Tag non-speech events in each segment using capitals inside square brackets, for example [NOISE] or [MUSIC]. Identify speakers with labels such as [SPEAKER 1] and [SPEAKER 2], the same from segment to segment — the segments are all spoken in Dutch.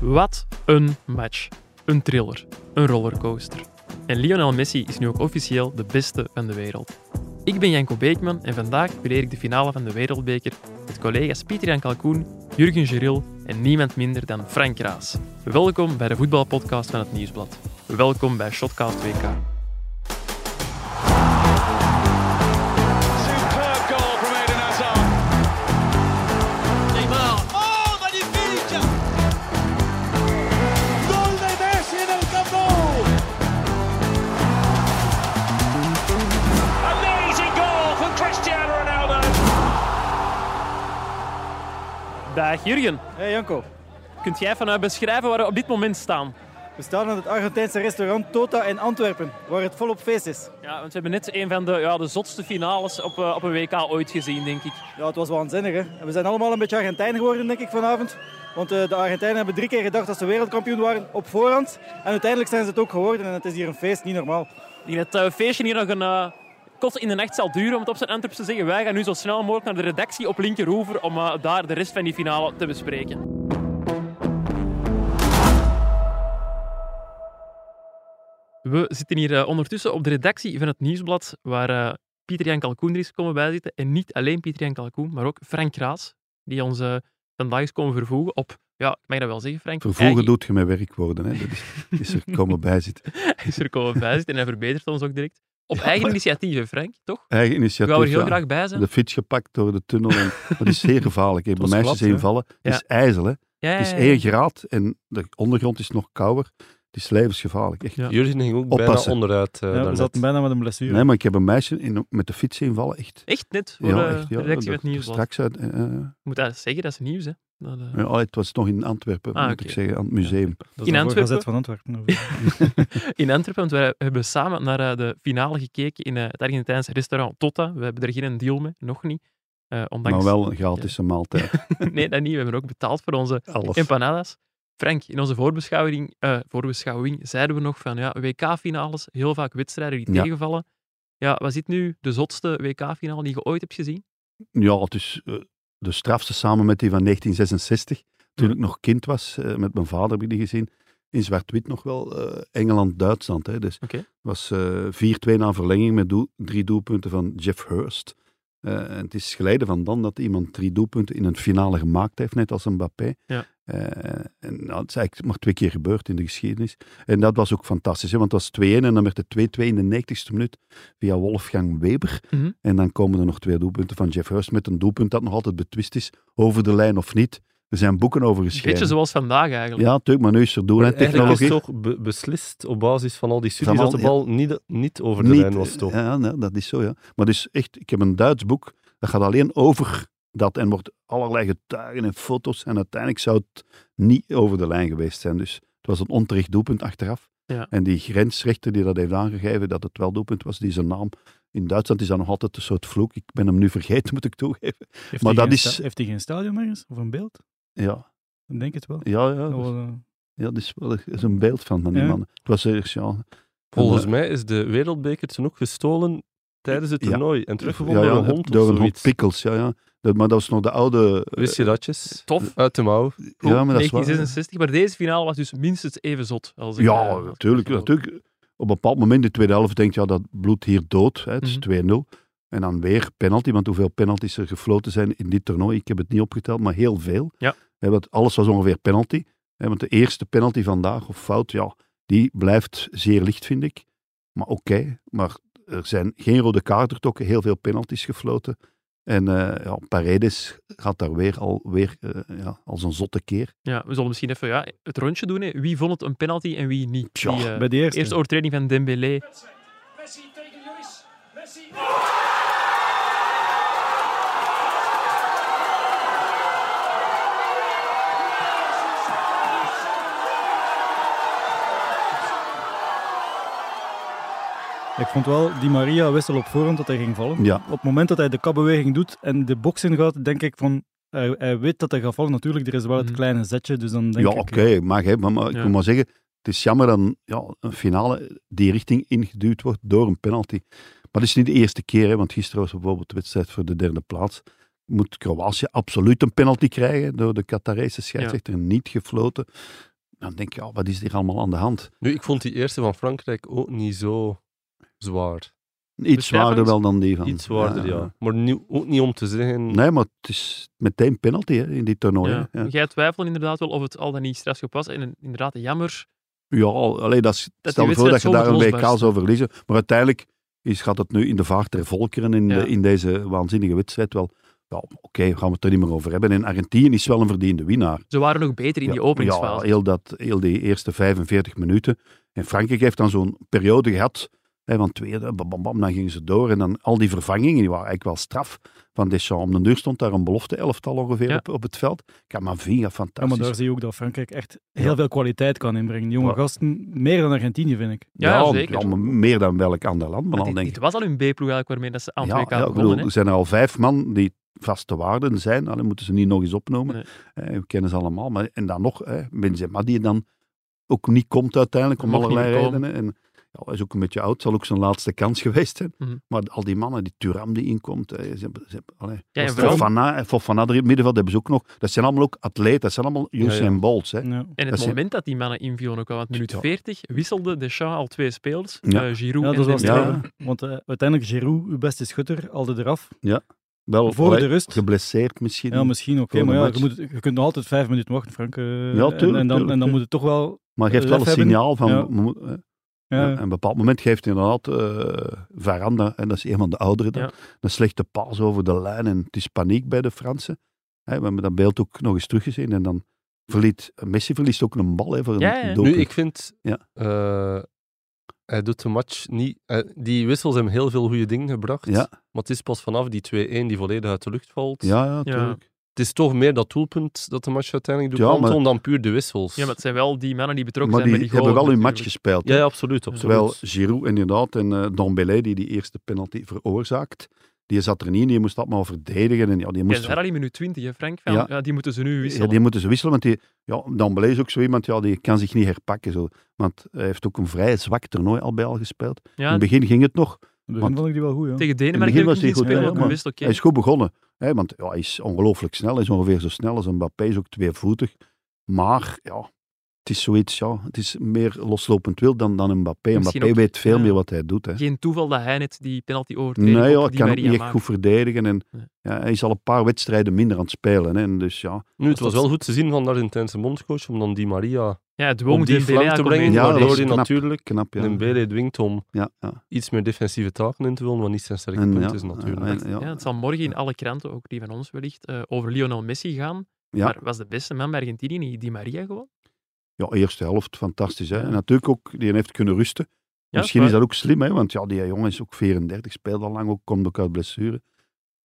[SPEAKER 1] Wat een match. Een thriller. Een rollercoaster. En Lionel Messi is nu ook officieel de beste van de wereld. Ik ben Janko Beekman en vandaag bereid ik de finale van de Wereldbeker met collega's Pieter-Jan Kalkoen, Jurgen Geril en niemand minder dan Frank Raas. Welkom bij de voetbalpodcast van het Nieuwsblad. Welkom bij Shotcast WK.
[SPEAKER 2] Superb goal from Eden Hazard. Neymar. Oh, magnifique! Gol de Messi en el Camp Nou. Amazing goal from Cristiano Ronaldo.
[SPEAKER 1] Dag Jurgen.
[SPEAKER 3] Hey Janko,
[SPEAKER 1] Kunt jij vanuit beschrijven waar we op dit moment staan?
[SPEAKER 3] we staan aan het Argentijnse restaurant Tota in Antwerpen, waar het volop feest is.
[SPEAKER 1] Ja, want we hebben net een van de, ja, de zotste finales op, eh, op een WK ooit gezien, denk ik.
[SPEAKER 3] Ja, het was waanzinnig hè. En we zijn allemaal een beetje Argentijn geworden denk ik vanavond. Want eh, de Argentijnen hebben drie keer gedacht dat ze wereldkampioen waren op voorhand. En uiteindelijk zijn ze het ook geworden en het is hier een feest, niet normaal.
[SPEAKER 1] Ik denk dat het eh, feestje hier nog een eh, kot in de nacht zal duren, om het op zijn Antwerps te zeggen. Wij gaan nu zo snel mogelijk naar de redactie op Linkeroever om eh, daar de rest van die finale te bespreken. We zitten hier eh, ondertussen op de redactie van het Nieuwsblad, waar eh, Pieter-Jan Kalkoen er is komen bijzitten. En niet alleen Pieter-Jan Kalkoen, maar ook Frank Raas, die ons eh, vandaag is komen vervoegen op... Ja, ik mag dat wel zeggen, Frank.
[SPEAKER 4] Vervoegen
[SPEAKER 1] eigen-
[SPEAKER 4] doet je met werk worden. Hè. Dat is, is er
[SPEAKER 1] [LAUGHS]
[SPEAKER 4] komen bij zitten.
[SPEAKER 1] Hij is er komen bij zitten en hij verbetert ons ook direct. Op eigen initiatief, hè, Frank, toch?
[SPEAKER 4] Eigen
[SPEAKER 1] We
[SPEAKER 4] initiatief.
[SPEAKER 1] gaan er heel
[SPEAKER 4] ja.
[SPEAKER 1] graag bij zijn.
[SPEAKER 4] De fiets gepakt door de tunnel.
[SPEAKER 1] [LAUGHS]
[SPEAKER 4] En, dat is zeer gevaarlijk. hè. Bij
[SPEAKER 5] was
[SPEAKER 4] meisjes
[SPEAKER 5] glad, hè.
[SPEAKER 4] invallen. Het is ijzel. Hè.
[SPEAKER 1] Ja, ja,
[SPEAKER 4] Het is
[SPEAKER 1] ja.
[SPEAKER 4] één graad en de ondergrond is nog kouder. Het is levensgevaarlijk. Echt.
[SPEAKER 1] Ja.
[SPEAKER 5] Jullie gingen ook bijna
[SPEAKER 4] Oppassen.
[SPEAKER 5] onderuit. eh,
[SPEAKER 3] Ja, we
[SPEAKER 5] daarnet.
[SPEAKER 3] zaten bijna met een blessure.
[SPEAKER 4] Nee, maar ik heb een meisje in, met de fiets invallen. Echt.
[SPEAKER 1] Echt net voor de redactie
[SPEAKER 4] dat-
[SPEAKER 1] met nieuws. Ik
[SPEAKER 4] Straks uit. eh, eh,
[SPEAKER 1] moet dat zeggen, dat is nieuws. Hè. Dat, eh,
[SPEAKER 4] ja, oh, het was nog in Antwerpen,
[SPEAKER 1] Ah,
[SPEAKER 4] moet
[SPEAKER 1] oké.
[SPEAKER 4] ik zeggen, aan het museum.
[SPEAKER 3] Dat
[SPEAKER 1] In
[SPEAKER 3] is de
[SPEAKER 1] Antwerpen?
[SPEAKER 3] Gazet van Antwerpen.
[SPEAKER 1] [LAUGHS] In Antwerpen, want wij hebben samen naar eh, de finale gekeken in eh, het Argentijnse restaurant Tota. We hebben er geen deal mee, nog niet. Eh, ondanks...
[SPEAKER 4] Maar wel een gratis
[SPEAKER 1] [LAUGHS]
[SPEAKER 4] maaltijd.
[SPEAKER 1] Nee, dat niet. We hebben ook betaald voor onze
[SPEAKER 4] Alles.
[SPEAKER 1] empanadas. Frank, in onze voorbeschouwing, eh, voorbeschouwing zeiden we nog van ja, WK-finales, heel vaak wedstrijden die
[SPEAKER 4] Ja.
[SPEAKER 1] tegenvallen. Ja, was dit nu de zotste WK-finale die je ooit hebt gezien?
[SPEAKER 4] Ja, het is eh, de strafste samen met die van 1966. Toen ik nog kind was, eh, met mijn vader heb ik die gezien. In zwart-wit nog wel. eh, Engeland-Duitsland. hè. Dus
[SPEAKER 1] Oké.
[SPEAKER 4] het was eh 4-2 na verlenging met doel- drie doelpunten van Jeff Hurst. Eh, en het is geleiden van dan dat iemand drie doelpunten in een finale gemaakt heeft, net als Mbappé.
[SPEAKER 1] Ja.
[SPEAKER 4] Eh, en nou, het is eigenlijk maar twee keer gebeurd in de geschiedenis. En dat was ook fantastisch, hè, want het was 2-1 en dan werd het 2-2 in de 90ste minuut via Wolfgang Weber.
[SPEAKER 1] Mhm.
[SPEAKER 4] En dan komen er nog twee doelpunten van Jeff Hurst met een doelpunt dat nog altijd betwist is, over de lijn of niet. Er zijn boeken over
[SPEAKER 1] Een
[SPEAKER 4] geschreven.
[SPEAKER 1] beetje zoals vandaag eigenlijk.
[SPEAKER 4] Ja, natuurlijk, maar nu is er doen en
[SPEAKER 5] Eigenlijk is
[SPEAKER 4] technologie.
[SPEAKER 5] toch be- beslist op basis van al die studies
[SPEAKER 4] Van al-
[SPEAKER 5] dat de bal niet, niet over de
[SPEAKER 4] Niet-
[SPEAKER 5] lijn was, toch?
[SPEAKER 4] Ja, nee, dat is zo, ja. Maar dus echt, ik heb een Duits boek, dat gaat alleen over dat en wordt allerlei getuigen en foto's en uiteindelijk zou het niet over de lijn geweest zijn. Dus het was een onterecht doelpunt achteraf.
[SPEAKER 1] Ja.
[SPEAKER 4] En die grensrechter die dat heeft aangegeven, dat het wel doelpunt was, die zijn naam. In Duitsland is dat nog altijd een soort vloek. Ik ben hem nu vergeten, [LAUGHS] moet ik toegeven.
[SPEAKER 6] Heeft hij
[SPEAKER 4] Maar dat
[SPEAKER 6] geen
[SPEAKER 4] is-
[SPEAKER 6] sta- Heeft hij geen stadion ergens? Of een beeld?
[SPEAKER 4] Ja,
[SPEAKER 6] Ik denk het wel.
[SPEAKER 4] ja, ja.
[SPEAKER 6] Dat
[SPEAKER 4] dus-
[SPEAKER 6] wel, eh,
[SPEAKER 4] Ja, dat is wel er is een beeld van, van die
[SPEAKER 6] Ja.
[SPEAKER 4] mannen. Het was erg, ja.
[SPEAKER 5] Volgens
[SPEAKER 4] En,
[SPEAKER 5] mij is de wereldbeker toen ook gestolen tijdens het
[SPEAKER 4] Ja.
[SPEAKER 5] toernooi en
[SPEAKER 4] eh, ja,
[SPEAKER 5] teruggevonden
[SPEAKER 4] ja,
[SPEAKER 5] door een hond
[SPEAKER 4] Door
[SPEAKER 5] of
[SPEAKER 4] een hond,
[SPEAKER 5] zoiets.
[SPEAKER 4] Pickles, ja, ja. Dat, maar dat was nog de oude...
[SPEAKER 5] Wist je datjes?
[SPEAKER 1] Tof.
[SPEAKER 5] Uit de mouw.
[SPEAKER 4] eh,
[SPEAKER 1] Oh,
[SPEAKER 4] ja, maar dat is waar.
[SPEAKER 1] 1966, maar deze finale was dus minstens even zot. Als ik, eh,
[SPEAKER 4] Ja,
[SPEAKER 1] als ik
[SPEAKER 4] natuurlijk.
[SPEAKER 1] dat
[SPEAKER 4] natuurlijk. Op een bepaald moment in de tweede helft denk je, ja, dat bloedt hier dood. Hè, het is
[SPEAKER 1] Mhm.
[SPEAKER 4] 2-0. En dan weer penalty, want hoeveel penalties er gefloten zijn in dit toernooi, ik heb het niet opgeteld, maar heel veel.
[SPEAKER 1] Ja.
[SPEAKER 4] Hè, want alles was ongeveer penalty. Hè, want de eerste penalty vandaag, of fout, ja, die blijft zeer licht, vind ik. Maar oké, maar er zijn geen rode kaarten getrokken, heel veel penalties gefloten. En eh, ja, Paredes gaat daar weer, al, weer eh, ja, als een zotte keer.
[SPEAKER 1] Ja, we zullen misschien even ja, het rondje doen. Hè. Wie vond het een penalty en wie niet?
[SPEAKER 4] Tja,
[SPEAKER 1] Die, eh,
[SPEAKER 6] bij de eerste.
[SPEAKER 1] eerste overtreding van Dembélé.
[SPEAKER 2] Messi tegen Luis. Messi.
[SPEAKER 6] Ik vond wel, die Maria wissel op voorhand dat hij ging vallen.
[SPEAKER 4] Ja,
[SPEAKER 6] Op het moment dat hij de kapbeweging doet en de box ingaat, denk ik van... Hij, hij weet dat hij gaat vallen natuurlijk, er is wel het
[SPEAKER 1] Mhm.
[SPEAKER 6] kleine zetje, dus dan denk
[SPEAKER 4] ja,
[SPEAKER 6] ik...
[SPEAKER 4] oké, mag hè, maar, maar ik
[SPEAKER 1] Ja.
[SPEAKER 4] wil maar zeggen, het is jammer dat ja, een finale die richting ingeduwd wordt door een penalty. Maar dat is niet de eerste keer, hè, want gisteren was bijvoorbeeld de wedstrijd voor de derde plaats. Moet Kroatië absoluut een penalty krijgen door de Qatarese scheidsrechter, niet gefloten. Dan denk je, ja, wat is hier allemaal aan de hand?
[SPEAKER 5] Nu, ik vond die eerste van Frankrijk ook niet zo zwaar.
[SPEAKER 4] Iets
[SPEAKER 1] Beschrijf
[SPEAKER 4] zwaarder
[SPEAKER 1] eens.
[SPEAKER 4] wel dan die van...
[SPEAKER 5] Iets zwaarder, ja. Maar nu, ook niet om te zeggen...
[SPEAKER 4] Nee, maar het is meteen penalty hè, in dit toernooi.
[SPEAKER 1] Ja.
[SPEAKER 4] hè. Ja,
[SPEAKER 1] Jij twijfelt inderdaad wel of het al dan niet strafschop was. En inderdaad, jammer.
[SPEAKER 4] ja alleen dat is-
[SPEAKER 1] die
[SPEAKER 4] stel je voor
[SPEAKER 1] wedstrijd
[SPEAKER 4] dat je
[SPEAKER 1] zo
[SPEAKER 4] daar een WK
[SPEAKER 1] oplosbaar is.
[SPEAKER 4] zou verliezen. Maar uiteindelijk is, gaat het nu in de vaart der volkeren in,
[SPEAKER 1] Ja.
[SPEAKER 4] de- in deze waanzinnige wedstrijd wel. Ja, oké, gaan we het er niet meer over hebben. En Argentinië is wel een verdiende winnaar.
[SPEAKER 1] Ze waren nog beter in die
[SPEAKER 4] Ja,
[SPEAKER 1] openingsfase.
[SPEAKER 4] Ja, heel, dat, heel die eerste 45 minuten. En Frankrijk heeft dan zo'n periode gehad hè, van tweede, bam, bam, bam, dan gingen ze door. En dan al die vervangingen, die waren eigenlijk wel straf van Deschamps. Om de deur stond daar een belofte elftal ongeveer
[SPEAKER 1] Ja.
[SPEAKER 4] op, op het veld. Camavinga,
[SPEAKER 6] Ja, maar
[SPEAKER 4] fantastisch.
[SPEAKER 6] daar zie je ook dat Frankrijk echt heel veel kwaliteit kan inbrengen. Jonge
[SPEAKER 4] Ja.
[SPEAKER 6] gasten, meer dan Argentinië, vind ik.
[SPEAKER 1] Ja,
[SPEAKER 4] Ja,
[SPEAKER 1] zeker.
[SPEAKER 4] ja, maar meer dan welk ander land. Maar
[SPEAKER 1] Maar
[SPEAKER 4] dan
[SPEAKER 1] dit,
[SPEAKER 4] denk
[SPEAKER 1] dit
[SPEAKER 4] ik,
[SPEAKER 1] was al hun B-ploeg eigenlijk waarmee dat ze aan het
[SPEAKER 4] ja,
[SPEAKER 1] WK
[SPEAKER 4] ja, ik
[SPEAKER 1] begonnen.
[SPEAKER 4] bedoel, dus
[SPEAKER 1] hè.
[SPEAKER 4] er zijn er al vijf man die vaste waarden zijn. Allee, moeten ze niet nog eens opnoemen.
[SPEAKER 1] Nee.
[SPEAKER 4] Eh, we kennen ze allemaal. Maar, en dan nog hè, Benzema, die dan ook niet komt uiteindelijk om
[SPEAKER 1] Mocht niet
[SPEAKER 4] allerlei
[SPEAKER 1] meer komen.
[SPEAKER 4] redenen. En, ja, hij is ook een beetje oud, zal ook zijn laatste kans geweest zijn.
[SPEAKER 1] Mhm.
[SPEAKER 4] Maar al die mannen, die Turam die inkomt, eh, ze, hebben- ze, hebben- allee,
[SPEAKER 1] Ja, en, vooral-
[SPEAKER 4] Fofana, eh, Fofana er in het middenveld hebben ze ook nog. Dat zijn allemaal ook atleten, dat zijn allemaal
[SPEAKER 5] Ja,
[SPEAKER 4] Usain
[SPEAKER 5] ja.
[SPEAKER 4] Bolts. Hè.
[SPEAKER 6] Ja.
[SPEAKER 1] en het
[SPEAKER 4] dat zijn-
[SPEAKER 1] moment dat die mannen invielen ook al, want minuut
[SPEAKER 4] Ja.
[SPEAKER 1] 40 wisselde Deschamps al twee spelers,
[SPEAKER 4] Ja.
[SPEAKER 1] eh,
[SPEAKER 6] Ja,
[SPEAKER 1] Giroud
[SPEAKER 6] dat
[SPEAKER 1] en
[SPEAKER 6] is wel
[SPEAKER 1] Dembele.
[SPEAKER 4] straf,
[SPEAKER 6] straf. Want eh, uiteindelijk, Giroud, uw beste schutter, altijd eraf.
[SPEAKER 4] Wel
[SPEAKER 6] Voor
[SPEAKER 4] Oh, allee,
[SPEAKER 6] de rust.
[SPEAKER 4] geblesseerd misschien.
[SPEAKER 6] Ja, misschien oké,
[SPEAKER 4] Voor de
[SPEAKER 6] maar ja,
[SPEAKER 4] match.
[SPEAKER 6] je, moet, je kunt nog altijd vijf minuten wachten, Frank. eh, en- en,
[SPEAKER 4] tuurlijk,
[SPEAKER 6] dan,
[SPEAKER 4] tuurlijk,
[SPEAKER 6] en dan
[SPEAKER 4] tuurlijk.
[SPEAKER 6] moet het toch wel...
[SPEAKER 4] maar geeft wel een
[SPEAKER 6] lef hebben.
[SPEAKER 4] signaal van...
[SPEAKER 6] Ja.
[SPEAKER 4] we moeten- eh,
[SPEAKER 6] ja,
[SPEAKER 4] Ja, een bepaald moment geeft inderdaad eh Varanda, en dat is een van de ouderen, dan,
[SPEAKER 1] Ja.
[SPEAKER 4] een slechte paas over de lijn. En het is paniek bij de Fransen. Hè, we hebben dat beeld ook nog eens teruggezien. En dan verliet Messi verliest ook een bal hè, voor een
[SPEAKER 1] Ja, ja. Nu,
[SPEAKER 5] Nu,
[SPEAKER 4] doelpunt.
[SPEAKER 5] ik vind...
[SPEAKER 4] Ja.
[SPEAKER 5] eh, hij doet de match niet... eh, die wissels hebben heel veel goede dingen gebracht.
[SPEAKER 4] Ja.
[SPEAKER 5] Maar het is pas vanaf die 2-1 die volledig uit de lucht valt.
[SPEAKER 4] Ja, ja,
[SPEAKER 1] Ja.
[SPEAKER 4] tuurlijk.
[SPEAKER 5] Het is toch meer dat doelpunt dat de match uiteindelijk doet
[SPEAKER 4] Ja,
[SPEAKER 5] ja,
[SPEAKER 4] maar-
[SPEAKER 5] dan puur de wissels.
[SPEAKER 1] Ja, maar het zijn wel die mannen die betrokken
[SPEAKER 4] Maar
[SPEAKER 1] zijn
[SPEAKER 4] die,
[SPEAKER 1] bij die
[SPEAKER 4] hebben wel
[SPEAKER 1] goal,
[SPEAKER 4] hun match
[SPEAKER 1] natuurlijk.
[SPEAKER 4] gespeeld.
[SPEAKER 5] ja, ja, absoluut. absoluut.
[SPEAKER 4] Terwijl Giroud inderdaad en eh Dombele, die die eerste penalty veroorzaakt, die zat er niet in, die moest dat maar verdedigen. En ja, die moest
[SPEAKER 1] Jij zei al in minuut 20, hè, Frank? Van, ja.
[SPEAKER 4] Ja.
[SPEAKER 1] die moeten ze nu
[SPEAKER 4] Ja,
[SPEAKER 1] wisselen.
[SPEAKER 4] die moeten ze wisselen, want die, ja, Dembélé is ook zo iemand, ja, die kan zich niet herpakken. Zo. Want hij heeft ook een vrij zwak toernooi al bij al gespeeld.
[SPEAKER 1] Ja,
[SPEAKER 4] In het begin ging het nog.
[SPEAKER 6] in het begin
[SPEAKER 4] want-
[SPEAKER 6] vond ik die wel goed, ja.
[SPEAKER 1] tegen
[SPEAKER 4] in het
[SPEAKER 1] Denemarken
[SPEAKER 4] begin
[SPEAKER 1] heb ik
[SPEAKER 4] was hij
[SPEAKER 1] niet
[SPEAKER 4] goed,
[SPEAKER 1] spelen,
[SPEAKER 4] hè,
[SPEAKER 1] ook
[SPEAKER 4] maar
[SPEAKER 1] best oké.
[SPEAKER 4] Hij is goed begonnen, hè, want ja, hij is ongelooflijk snel. Hij is ongeveer zo snel als een Mbappé, is ook tweevoetig. Maar ja, het is zoiets, ja, het is meer loslopend wild dan, dan een Mbappé.
[SPEAKER 1] Misschien
[SPEAKER 4] Mbappé
[SPEAKER 1] ook-
[SPEAKER 4] weet veel
[SPEAKER 1] ja.
[SPEAKER 4] meer wat hij doet. Hè.
[SPEAKER 1] Geen toeval dat hij net die penalty overtreding
[SPEAKER 4] Nee,
[SPEAKER 1] op
[SPEAKER 4] ja,
[SPEAKER 1] Di
[SPEAKER 4] hij kan ook
[SPEAKER 1] Maria
[SPEAKER 4] niet echt
[SPEAKER 1] maakt.
[SPEAKER 4] goed verdedigen. En,
[SPEAKER 1] Nee.
[SPEAKER 4] ja, hij is al een paar wedstrijden minder aan het spelen. Hè, en dus ja,
[SPEAKER 5] nu, het
[SPEAKER 1] dat
[SPEAKER 5] was
[SPEAKER 1] is-
[SPEAKER 5] wel goed te zien van de Argentijnse bondscoach om dan die Maria
[SPEAKER 1] Ja, het
[SPEAKER 5] om
[SPEAKER 1] moet
[SPEAKER 5] die
[SPEAKER 1] Dembele
[SPEAKER 5] flank te
[SPEAKER 1] aankomen
[SPEAKER 5] brengen,
[SPEAKER 1] in.
[SPEAKER 4] Ja, dat
[SPEAKER 5] waardoor
[SPEAKER 4] is
[SPEAKER 5] hij
[SPEAKER 4] knap.
[SPEAKER 5] natuurlijk
[SPEAKER 4] knap. Ja,
[SPEAKER 5] een Dembele dwingt om
[SPEAKER 4] ja, ja.
[SPEAKER 5] iets meer defensieve taken in te willen, wat niet zijn sterke
[SPEAKER 4] En
[SPEAKER 5] punt
[SPEAKER 4] ja,
[SPEAKER 5] is natuurlijk.
[SPEAKER 4] en ja.
[SPEAKER 1] Ja, het zal morgen in alle kranten, ook die van ons wellicht, eh, over Lionel Messi gaan.
[SPEAKER 4] Ja.
[SPEAKER 1] Maar was de beste man bij Argentinië niet Di Maria gewoon?
[SPEAKER 4] Ja, eerste helft, fantastisch. Hè?
[SPEAKER 1] Ja.
[SPEAKER 4] En natuurlijk ook, die heeft kunnen rusten.
[SPEAKER 1] Ja,
[SPEAKER 4] Misschien
[SPEAKER 1] maar-
[SPEAKER 4] is dat ook slim, hè? want ja, die jongen is ook 34, speelt al lang, ook, komt ook uit blessure.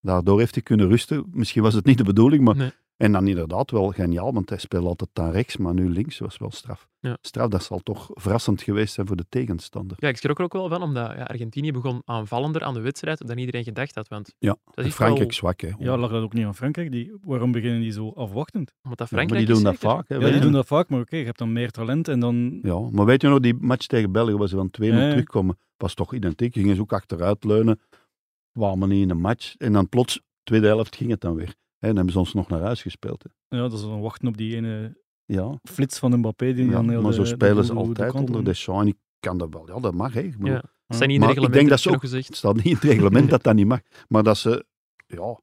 [SPEAKER 4] Daardoor heeft hij kunnen rusten. Misschien was het niet de bedoeling, maar...
[SPEAKER 1] Nee.
[SPEAKER 4] En dan inderdaad wel geniaal, want hij speelt altijd aan rechts, maar nu links was wel straf.
[SPEAKER 1] Ja.
[SPEAKER 4] Straf, dat zal toch verrassend geweest zijn voor de tegenstander.
[SPEAKER 1] Ja, ik schrok er ook wel van, omdat ja, Argentinië begon aanvallender aan de wedstrijd dan iedereen gedacht had. Want
[SPEAKER 4] Ja,
[SPEAKER 1] dat
[SPEAKER 4] En
[SPEAKER 1] is
[SPEAKER 4] Frankrijk
[SPEAKER 1] Wel,
[SPEAKER 4] zwak, hè.
[SPEAKER 6] Ja, lag dat ook niet aan Frankrijk? Die, waarom beginnen die zo afwachtend?
[SPEAKER 1] omdat dat
[SPEAKER 4] Ja, maar
[SPEAKER 1] Frankrijk
[SPEAKER 4] die
[SPEAKER 1] is
[SPEAKER 4] doen dat
[SPEAKER 1] zeker.
[SPEAKER 4] vaak. Hè?
[SPEAKER 6] Ja,
[SPEAKER 4] Weet
[SPEAKER 6] die
[SPEAKER 4] je?
[SPEAKER 6] doen dat vaak, maar oké, je hebt dan meer talent en dan...
[SPEAKER 4] Ja, maar weet je nog, die match tegen België waar ze van 2-0
[SPEAKER 6] Ja, ja.
[SPEAKER 4] terugkomen, was toch identiek. Gingen ze ook achteruit leunen, kwamen niet in een match. En dan plots, tweede helft ging het dan weer. Hè, En hebben ze ons nog naar huis gespeeld. Hè.
[SPEAKER 6] Ja, dat is dan wachten op die ene
[SPEAKER 4] Ja,
[SPEAKER 6] flits van Mbappé die
[SPEAKER 4] ja
[SPEAKER 6] dan heel
[SPEAKER 4] maar
[SPEAKER 6] de-
[SPEAKER 4] zo
[SPEAKER 6] de
[SPEAKER 4] spelen ze
[SPEAKER 6] boel de
[SPEAKER 4] altijd
[SPEAKER 6] kant
[SPEAKER 4] onder
[SPEAKER 6] om-
[SPEAKER 4] Deschamps. En ik kan dat wel, ja, dat mag. Hè. Ik bedoel,
[SPEAKER 1] Ja. Het zijn niet in
[SPEAKER 4] Maar
[SPEAKER 1] de
[SPEAKER 4] ik denk
[SPEAKER 1] reglementen,
[SPEAKER 4] dat ze
[SPEAKER 1] heb ik nog
[SPEAKER 4] Het
[SPEAKER 1] gezegd.
[SPEAKER 4] staat niet in het
[SPEAKER 6] [LAUGHS]
[SPEAKER 4] reglement dat dat niet mag. Maar dat ze, ja...